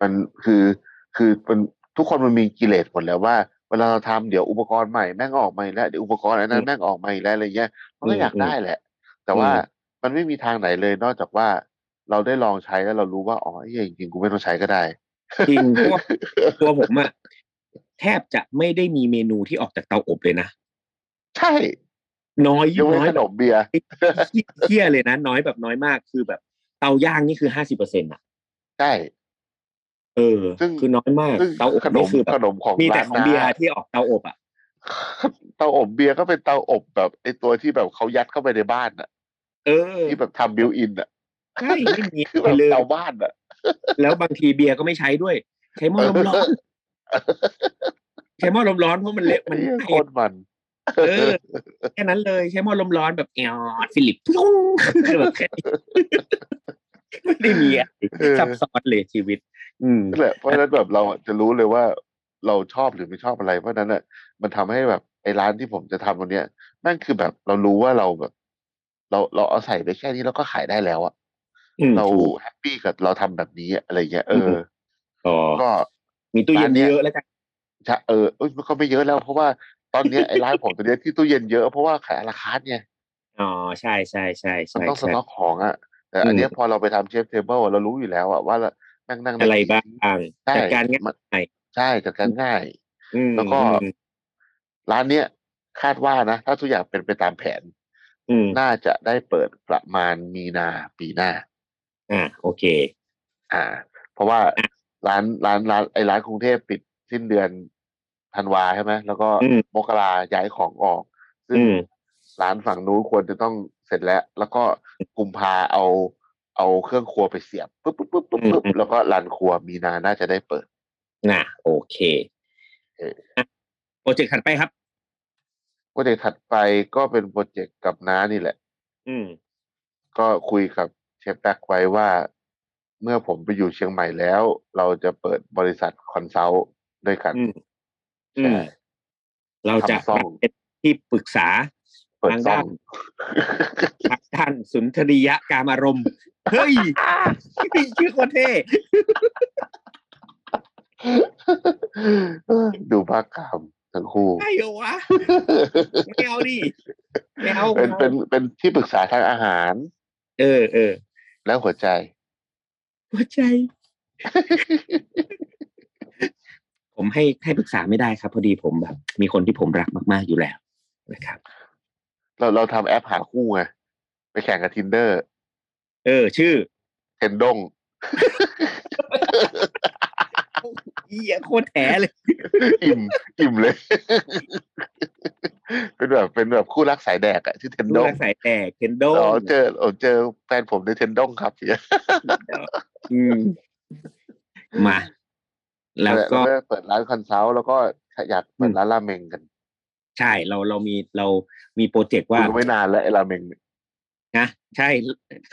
[SPEAKER 4] มันคือคือมันทุกคนมันมีกิเลสหมดแล้วว่าเวลาเราทำเดี๋ยวอุปกรณ์ใหม่แม่งก็ออกมาอีกแล้วเดี๋ยวอุปกรณ์อันนั้
[SPEAKER 5] อื
[SPEAKER 4] น
[SPEAKER 5] ม
[SPEAKER 4] แม่งออกมาอีกแล้วอะไรเงี้ยมันก็
[SPEAKER 5] อืม
[SPEAKER 4] อยากได้แหละ แต่ว่ามันไม่มีทางไหนเลยนอกจากว่าเราได้ลองใช้แล้วเรารู้ว่าอ๋อไอ้เหี้ยจริงๆกูไม่ต้องใช้ก็ได้
[SPEAKER 5] จริงเพราะว่า ตัวผมอะแทบจะไม่ได้มีเมนูที่ออกจากเตาอบเลยนะ
[SPEAKER 4] ใช่
[SPEAKER 5] น้อย
[SPEAKER 4] ยกเว้น
[SPEAKER 5] น้อย
[SPEAKER 4] ขนมเบียร์
[SPEAKER 5] เที่ยเลยนะน้อยแบบน้อยมากคือแบบ เตาย่างนี่คือห้าสิบเปอร์เซ็นต์อะ
[SPEAKER 4] ใช่
[SPEAKER 5] เออ
[SPEAKER 4] ซึ่ง
[SPEAKER 5] คือน้อยมาก
[SPEAKER 4] ซึ่ง
[SPEAKER 5] เตาอบ
[SPEAKER 4] ขน
[SPEAKER 5] นี่
[SPEAKER 4] ม
[SPEAKER 5] คือแบ
[SPEAKER 4] ข
[SPEAKER 5] บ
[SPEAKER 4] นมของ
[SPEAKER 5] มีแต่
[SPEAKER 4] ร้าน
[SPEAKER 5] ของ
[SPEAKER 4] น้า
[SPEAKER 5] เบียร์ที่ออกเตาอบอะ
[SPEAKER 4] เตาอบเบียร์ก็เป็นเตาอบแบบไอตัวที่แบบเขายัดเข้าไปในบ้านอ่ะ
[SPEAKER 5] เออ
[SPEAKER 4] ที่แบบทำบิวอินอ่ะ
[SPEAKER 5] ใช่ไม่มี
[SPEAKER 4] คือแบบ
[SPEAKER 5] เลย
[SPEAKER 4] เตาบ้านอ่ะ
[SPEAKER 5] แล้วบางทีเบียร์ก็ไม่ใช้ด้วย ใช้หม้อลมร้อน
[SPEAKER 4] (laughs)
[SPEAKER 5] ใช้หม้อลมร้อนเพราะมันเละมัน
[SPEAKER 4] ไอ้เหี้ยโค
[SPEAKER 5] เละ
[SPEAKER 4] ตรมัน
[SPEAKER 5] เออแค่นั้นเลยใช้หม้อลมร้อนแบบแอดฟิลิปพุ่งแบบแค่นี้ไม่ได้มีอะไร
[SPEAKER 4] เออ
[SPEAKER 5] ซับซ้อนเลยชีวิต อืม
[SPEAKER 4] นั่นแหละเพราะฉะนั้นแบบเราอะจะรู้เลยว่าเราชอบหรือไม่ชอบอะไร เพราะฉะนั้นอ่ะมันทำให้แบบไอ้ร้านที่ผมจะทำวันเนี้ยแม่งคือแบบเรารู้ว่าเราแบบ เราเราเอาใส่ไปแค่นี้แล้วก็ขายได้แล้วอะ
[SPEAKER 5] อืม
[SPEAKER 4] เรา
[SPEAKER 5] ถูก
[SPEAKER 4] แฮปปี้กับเราทำแบบนี้อะอะไรเงี้ยเอ
[SPEAKER 5] อื
[SPEAKER 4] อ
[SPEAKER 5] ม ต่อ
[SPEAKER 4] ก็
[SPEAKER 5] มีตู้เย็น
[SPEAKER 4] ร้านเนี้ย
[SPEAKER 5] เยอะแล้วกัน
[SPEAKER 4] ชะเออเอ้ยมันก็ไม่เยอะแล้ว เพราะว่าตอนเนี้ยไอ้ร้านผมตัวเนี้ยที่ตู้เย็นเยอะเพราะว่าขายอาราคาร์ทไง
[SPEAKER 5] อ๋อใช่ใช่ใช่
[SPEAKER 4] มัน
[SPEAKER 5] ใช่
[SPEAKER 4] ต้องส
[SPEAKER 5] ใช่
[SPEAKER 4] ต็อกของอะแต่อันเนี้ย
[SPEAKER 5] อืม
[SPEAKER 4] พอเราไปทำเชฟเทเบิลเรารู้อยู่แล้วอะว่าเรานั่งนั่งใน
[SPEAKER 5] อะไรบ้าง
[SPEAKER 4] กิน ใช่
[SPEAKER 5] จัดการง่าย
[SPEAKER 4] ใช่จัดการง่าย
[SPEAKER 5] อืม
[SPEAKER 4] แล้วก็ ร้านเนี้ยคาดว่านะ ถ้าทุกอย่างเป็นไปตามแผน
[SPEAKER 5] อืม
[SPEAKER 4] น่าจะได้เปิดประมาณมีนาปีหน้า
[SPEAKER 5] อ่าโอเค
[SPEAKER 4] อ่า เพราะว่าร้านร้านร้านไอร้านกรุงเทพปิดสิ้นเดือนธันวาใช่ไหมแล้วก็
[SPEAKER 5] อืม
[SPEAKER 4] มกราย้ายของออก ซึ่ง
[SPEAKER 5] อืม
[SPEAKER 4] ร้านฝั่งนู้นควรจะต้องเสร็จแล้ว แล้วก็กุมภาเอา เอาเครื่องครัวไปเสียบปุ๊บปุ๊บปุ๊บปุ๊บปุ๊บ
[SPEAKER 5] อืม
[SPEAKER 4] แล้วก็ร้านครัวมีนาน่าจะได้เปิด
[SPEAKER 5] น่ะโอเค
[SPEAKER 4] เออ
[SPEAKER 5] ะโปรเจกต์ถัดไปครับ
[SPEAKER 4] โปรเจกต์ถัดไปก็เป็นโปรเจกต์กับน้านี่แหละ
[SPEAKER 5] อืม
[SPEAKER 4] ก็คุยกับเชฟแบ็กไว้ว่า เมื่อผมไปอยู่เชียงใหม่แล้ว เราจะเปิดบริษัทคอนซัลท์ด้วยกัน
[SPEAKER 5] อืม
[SPEAKER 4] ใช่
[SPEAKER 5] อืมเราจะ
[SPEAKER 4] ทำซ่อง
[SPEAKER 5] เป็นที่ปรึกษา
[SPEAKER 4] เปิด
[SPEAKER 5] ทาง
[SPEAKER 4] ซ่อ
[SPEAKER 5] ด้าง น ทางด้านสุนทรียการอารมณ์ เฮ้ย
[SPEAKER 4] (laughs)
[SPEAKER 5] ชื่อโคตรเท่
[SPEAKER 4] ดูภาคกามทั้งคู่
[SPEAKER 5] ใช่เหรอวะไม่เอาดิไม่เอา
[SPEAKER 4] เป็นเป็นเป็นที่ปรึกษาทางอาหาร
[SPEAKER 5] เออเออ
[SPEAKER 4] และหัวใจ (laughs)
[SPEAKER 5] หัวใจ ผ ผมให้ให้ปรึกษาไม่ได้ครับ พอดีผมแบบ มีคนที่ผมรักมากๆอยู่แล้วนะครับ
[SPEAKER 4] เราเราทำแอปหาคู่ไงไปแข่งกับ tinder
[SPEAKER 5] เออ ชื่อ
[SPEAKER 4] เทนดง
[SPEAKER 5] เอียโคตรแถเลย
[SPEAKER 4] อิ่มอิ่มเลย (laughs) เป็นแบบเป็นแบบคู่รักสายแดกอะที่เทนด
[SPEAKER 5] ลูก
[SPEAKER 4] ง
[SPEAKER 5] รักสายแตกเคนโด
[SPEAKER 4] อ๋อเจอโอ้เจอแฟนผมในเทนดงครับเนี่ย
[SPEAKER 5] อืมมา แล้วก็
[SPEAKER 4] แล้วเปิดร้านคอนซัลท์แล้วก็อยากเปิดร้านราเมงกัน
[SPEAKER 5] ใช่เราเรามีเรามีโปรเจกต์ว่า
[SPEAKER 4] ดูไม่นานแล้วไอ้ราเมงเนี่ย
[SPEAKER 5] นะใช่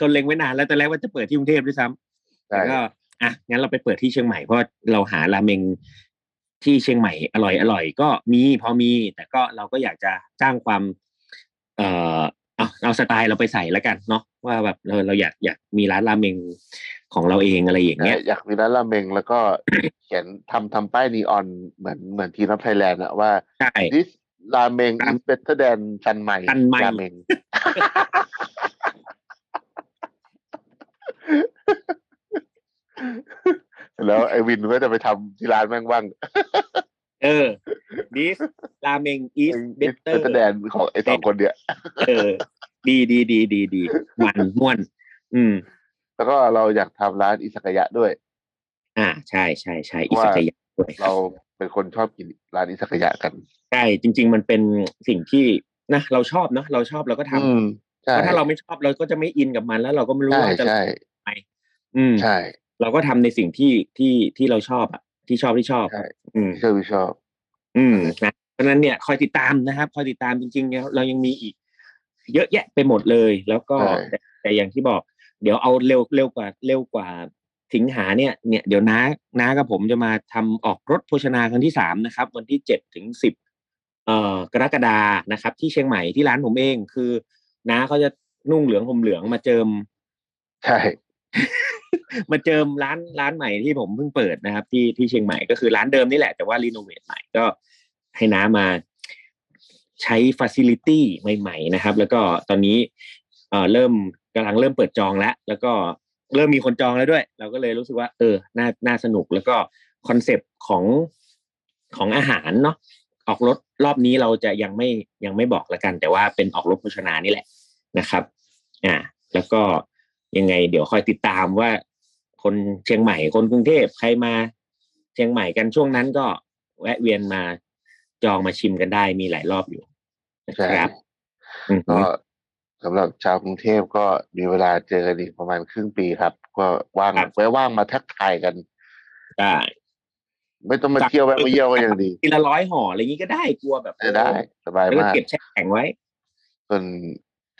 [SPEAKER 5] ก็เล็งไว้นานแล้วตอนแรกว่าจะเปิดที่กรุงเทพด้วยซ้ำ
[SPEAKER 4] ใช่
[SPEAKER 5] แต่ก็อ่ะงั้นเราไปเปิดที่เชียงใหม่เพราะเราหาราเมงที่เชียงใหม่อร่อยอร่อยก็มีพอมี แต่ก็เราก็อยากจะสร้างความ เอ่อเอาเอาสไตล์เราไปใส่แล้วกันเนาะว่าแบบเราเราอยากอยากมีร้านราเมงของเราเองอะไรอย่างเงี้ย
[SPEAKER 4] เอออยากมีร้านราเมงแล้วก็ เขียน (coughs) ทำทำป้ายนีออนเหมือนเหมือนทีนับไทยแลนด์อะว่า
[SPEAKER 5] ใช่
[SPEAKER 4] this ราเมง
[SPEAKER 5] รา
[SPEAKER 4] is better than ซันใหม่
[SPEAKER 5] ซันใหม่
[SPEAKER 4] ราเมง (laughs) แล้วไอวินก็จะไปทำที่ร้านแม่งว่าง
[SPEAKER 5] เออ this ramen is
[SPEAKER 4] เบเตอ
[SPEAKER 5] better
[SPEAKER 4] ร์แดนของไอ้สองคนเนี่ย
[SPEAKER 5] เออ ดีดีดีดีดีมันม่วน อืม
[SPEAKER 4] แล้วก็เราอยากทำร้านอิสกายะด้วย
[SPEAKER 5] (laughs) อ่า ใช่ใช่ใช่อิสกายะด้วย
[SPEAKER 4] เราเป็นคนชอบกินร้านอิสกายะกัน
[SPEAKER 5] ใช่จริง ๆ มันเป็นสิ่งที่นะเราชอบเนาะเราชอบเราก็ทำ
[SPEAKER 4] อืมใช่
[SPEAKER 5] เพราะถ้าเราไม่ชอบเราก็จะไม่อินกับมันแล้วเราก็ไม่รู้
[SPEAKER 4] ใช่
[SPEAKER 5] ว่าจะ
[SPEAKER 4] ใช่
[SPEAKER 5] อืม
[SPEAKER 4] ใช่
[SPEAKER 5] เราก็ทำในสิ่งที่ที่ที่เราชอบอ่ะที่ชอบที่ชอบ
[SPEAKER 4] ใช่
[SPEAKER 5] อืม
[SPEAKER 4] ที่ชอบที่ชอบ
[SPEAKER 5] อืมนะเพราะฉะนั้นเนี่ยคอยติดตามนะครับ คอยติดตามจริงๆเนี่ยเรายังมีอีก เยอะแยะไปหมดเลย แล้วก็
[SPEAKER 4] ใช่
[SPEAKER 5] แต่แต่อย่างที่บอก เดี๋ยวเอาเร็วเร็วกว่าเร็วกว่าสิงหาเนี่ยเนี่ยเดี๋ยวน้าน้ากับผมจะมาทำออกรถโภชนาครั้งที่สามนะครับ วันที่เจ็ดถึงสิบเอ่อกรกฎานะครับ ที่เชียงใหม่ที่ร้านผมเองคือน้าเขาจะนุ่งเหลืองห่มเหลืองมาเจิม
[SPEAKER 4] ใช่
[SPEAKER 5] มาเจิมร้านร้านใหม่ที่ผมเพิ่งเปิดนะครับ ที่ที่เชียงใหม่ก็คือร้านเดิมนี่แหละแต่ว่ารีโนเวทใหม่ก็ให้น้ามาใช้ฟัซิลิตี้ใหม่ ๆ นะครับ แล้วก็ตอนนี้เอ่อเริ่มกำลังเริ่มเปิดจองแล้ว แล้วก็เริ่มมีคนจองแล้วด้วย เราก็เลยรู้สึกว่า เออน่าน่าสนุกแล้วก็คอนเซปต์ของของอาหารเนาะออกรถรอบนี้เราจะยังไม่ยังไม่บอกละกัน แต่ว่าเป็นออกรถโภชนานี่แหละนะครับ อ่าแล้วก็ยังไง เดี๋ยวคอยติดตามว่า คนเชียงใหม่คนกรุงเทพใครมาเชียงใหม่กันช่วงนั้นก็แวะเวียนมาจองมาชิมกันได้มีหลายรอบอยู่นะค
[SPEAKER 4] ใช่
[SPEAKER 5] รับอืม
[SPEAKER 4] ก็สำหรับชาวกรุงเทพก็มีเวลาเจอกันอีกประมาณครึ่งปีครับ ก็ว่างไว้ว่างมาทักทายกัน
[SPEAKER 5] ได้
[SPEAKER 4] ไม่ต้องมา
[SPEAKER 5] จัด
[SPEAKER 4] เที่ยวแวะมาเยี่ยวก็ยังดี
[SPEAKER 5] ทีละร้อยห่ออะไรอย่างนี้ก็ได้กลัวแบบ
[SPEAKER 4] จะได้สบาย
[SPEAKER 5] แล้วก็
[SPEAKER 4] มาก
[SPEAKER 5] เก็บแช่แข็งไว้
[SPEAKER 4] ส่วน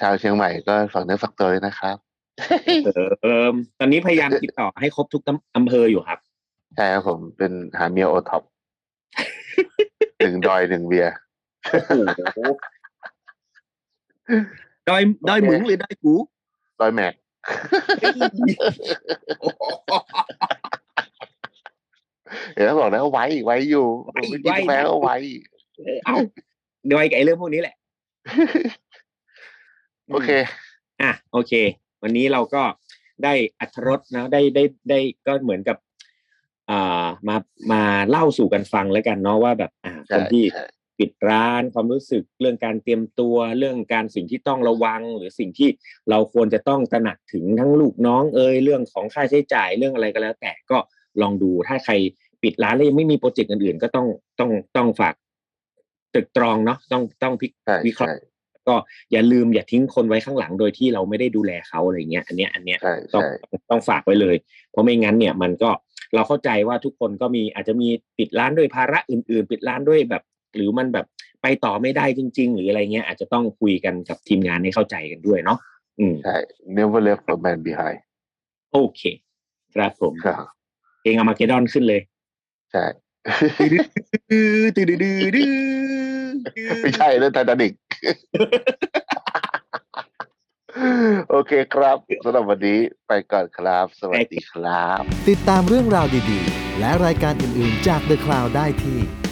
[SPEAKER 4] ชาวเชียงใหม่ก็ฝากเนื้อฝากตัวด้วยนะครับ
[SPEAKER 5] เออเอมตอนนี้พยายามติดต่อให้ครบทุกตำอำเภออยู่ครับ
[SPEAKER 4] ใช่ครับผมเป็นหาเมียโอท็อป (laughs) หนึ่งดอยหนึ่งเบียร์
[SPEAKER 5] ดอยดอย
[SPEAKER 4] โอเค
[SPEAKER 5] หมึงหรือดอยกู
[SPEAKER 4] ดอยแม็
[SPEAKER 5] (laughs)
[SPEAKER 4] ก เดี๋ยวบอกแล้วไว้ไว้อยู่ผมไม่กินกาแฟก็ไว้
[SPEAKER 5] เออเอาดอยกับไอ้เรื่องพวกนี้แหละ
[SPEAKER 4] โอเค
[SPEAKER 5] อ่ะโอเค วันนี้เราก็ได้อัธรสนะได้ได้ได้ก็เหมือนกับอ่ามามาเล่าสู่กันฟังแล้วกันเนาะว่าแบบอ่าค
[SPEAKER 4] ใช่
[SPEAKER 5] นที่
[SPEAKER 4] ใช่
[SPEAKER 5] ปิดร้านความรู้สึกเรื่องการเตรียมตัวเรื่องการสิ่งที่ต้องระวัง หรือสิ่งที่เราควรจะต้องตระหนักถึงทั้งลูกน้องเอ่ยเรื่องของค่าใช้จ่ายเรื่องอะไรก็แล้ว แต่ก็ลองดูถ้าใครปิดร้านแล้วยังไม่มีโปรเจกต์อื่นๆ ก็ต้องต้องต้องฝากตรึกตรองเนาะต้องต้องพิ
[SPEAKER 4] ใช่
[SPEAKER 5] วิเคราะ
[SPEAKER 4] ใช่
[SPEAKER 5] ห์ ก็อย่าลืมอย่าทิ้งคนไว้ข้างหลังโดยที่เราไม่ได้ดูแลเขาอะไรเงี้ยอันเนี้ยอันเนี้ย
[SPEAKER 4] ใช่
[SPEAKER 5] ต้อง
[SPEAKER 4] ใช่
[SPEAKER 5] ต้องฝากไว้เลย เพราะไม่งั้นเนี่ยมันก็เราเข้าใจว่าทุกคนก็มีอาจจะมีปิดร้านด้วยภาระอื่น ๆ ปิดร้านด้วยแบบ หรือมันแบบไปต่อไม่ได้จริง ๆ หรืออะไรเงี้ยอาจจะต้องคุยกันกับทีมงานให้เข้าใจกันด้วยเนาะอืม
[SPEAKER 4] ใช่ never left a man behind (laughs)
[SPEAKER 5] โอเค ครับผม
[SPEAKER 4] ครับ
[SPEAKER 5] เพลงอามาเกดอนขึ้นเลย
[SPEAKER 4] ใช่ ไม่ใช่เรื่องไททานิก (laughs) โอเคครับสำหรับวันนี้ไปก่อนครับ สวัสดีครับ
[SPEAKER 1] ติดตามเรื่องราวดีๆ และรายการอื่นๆจาก The Cloud ได้ที่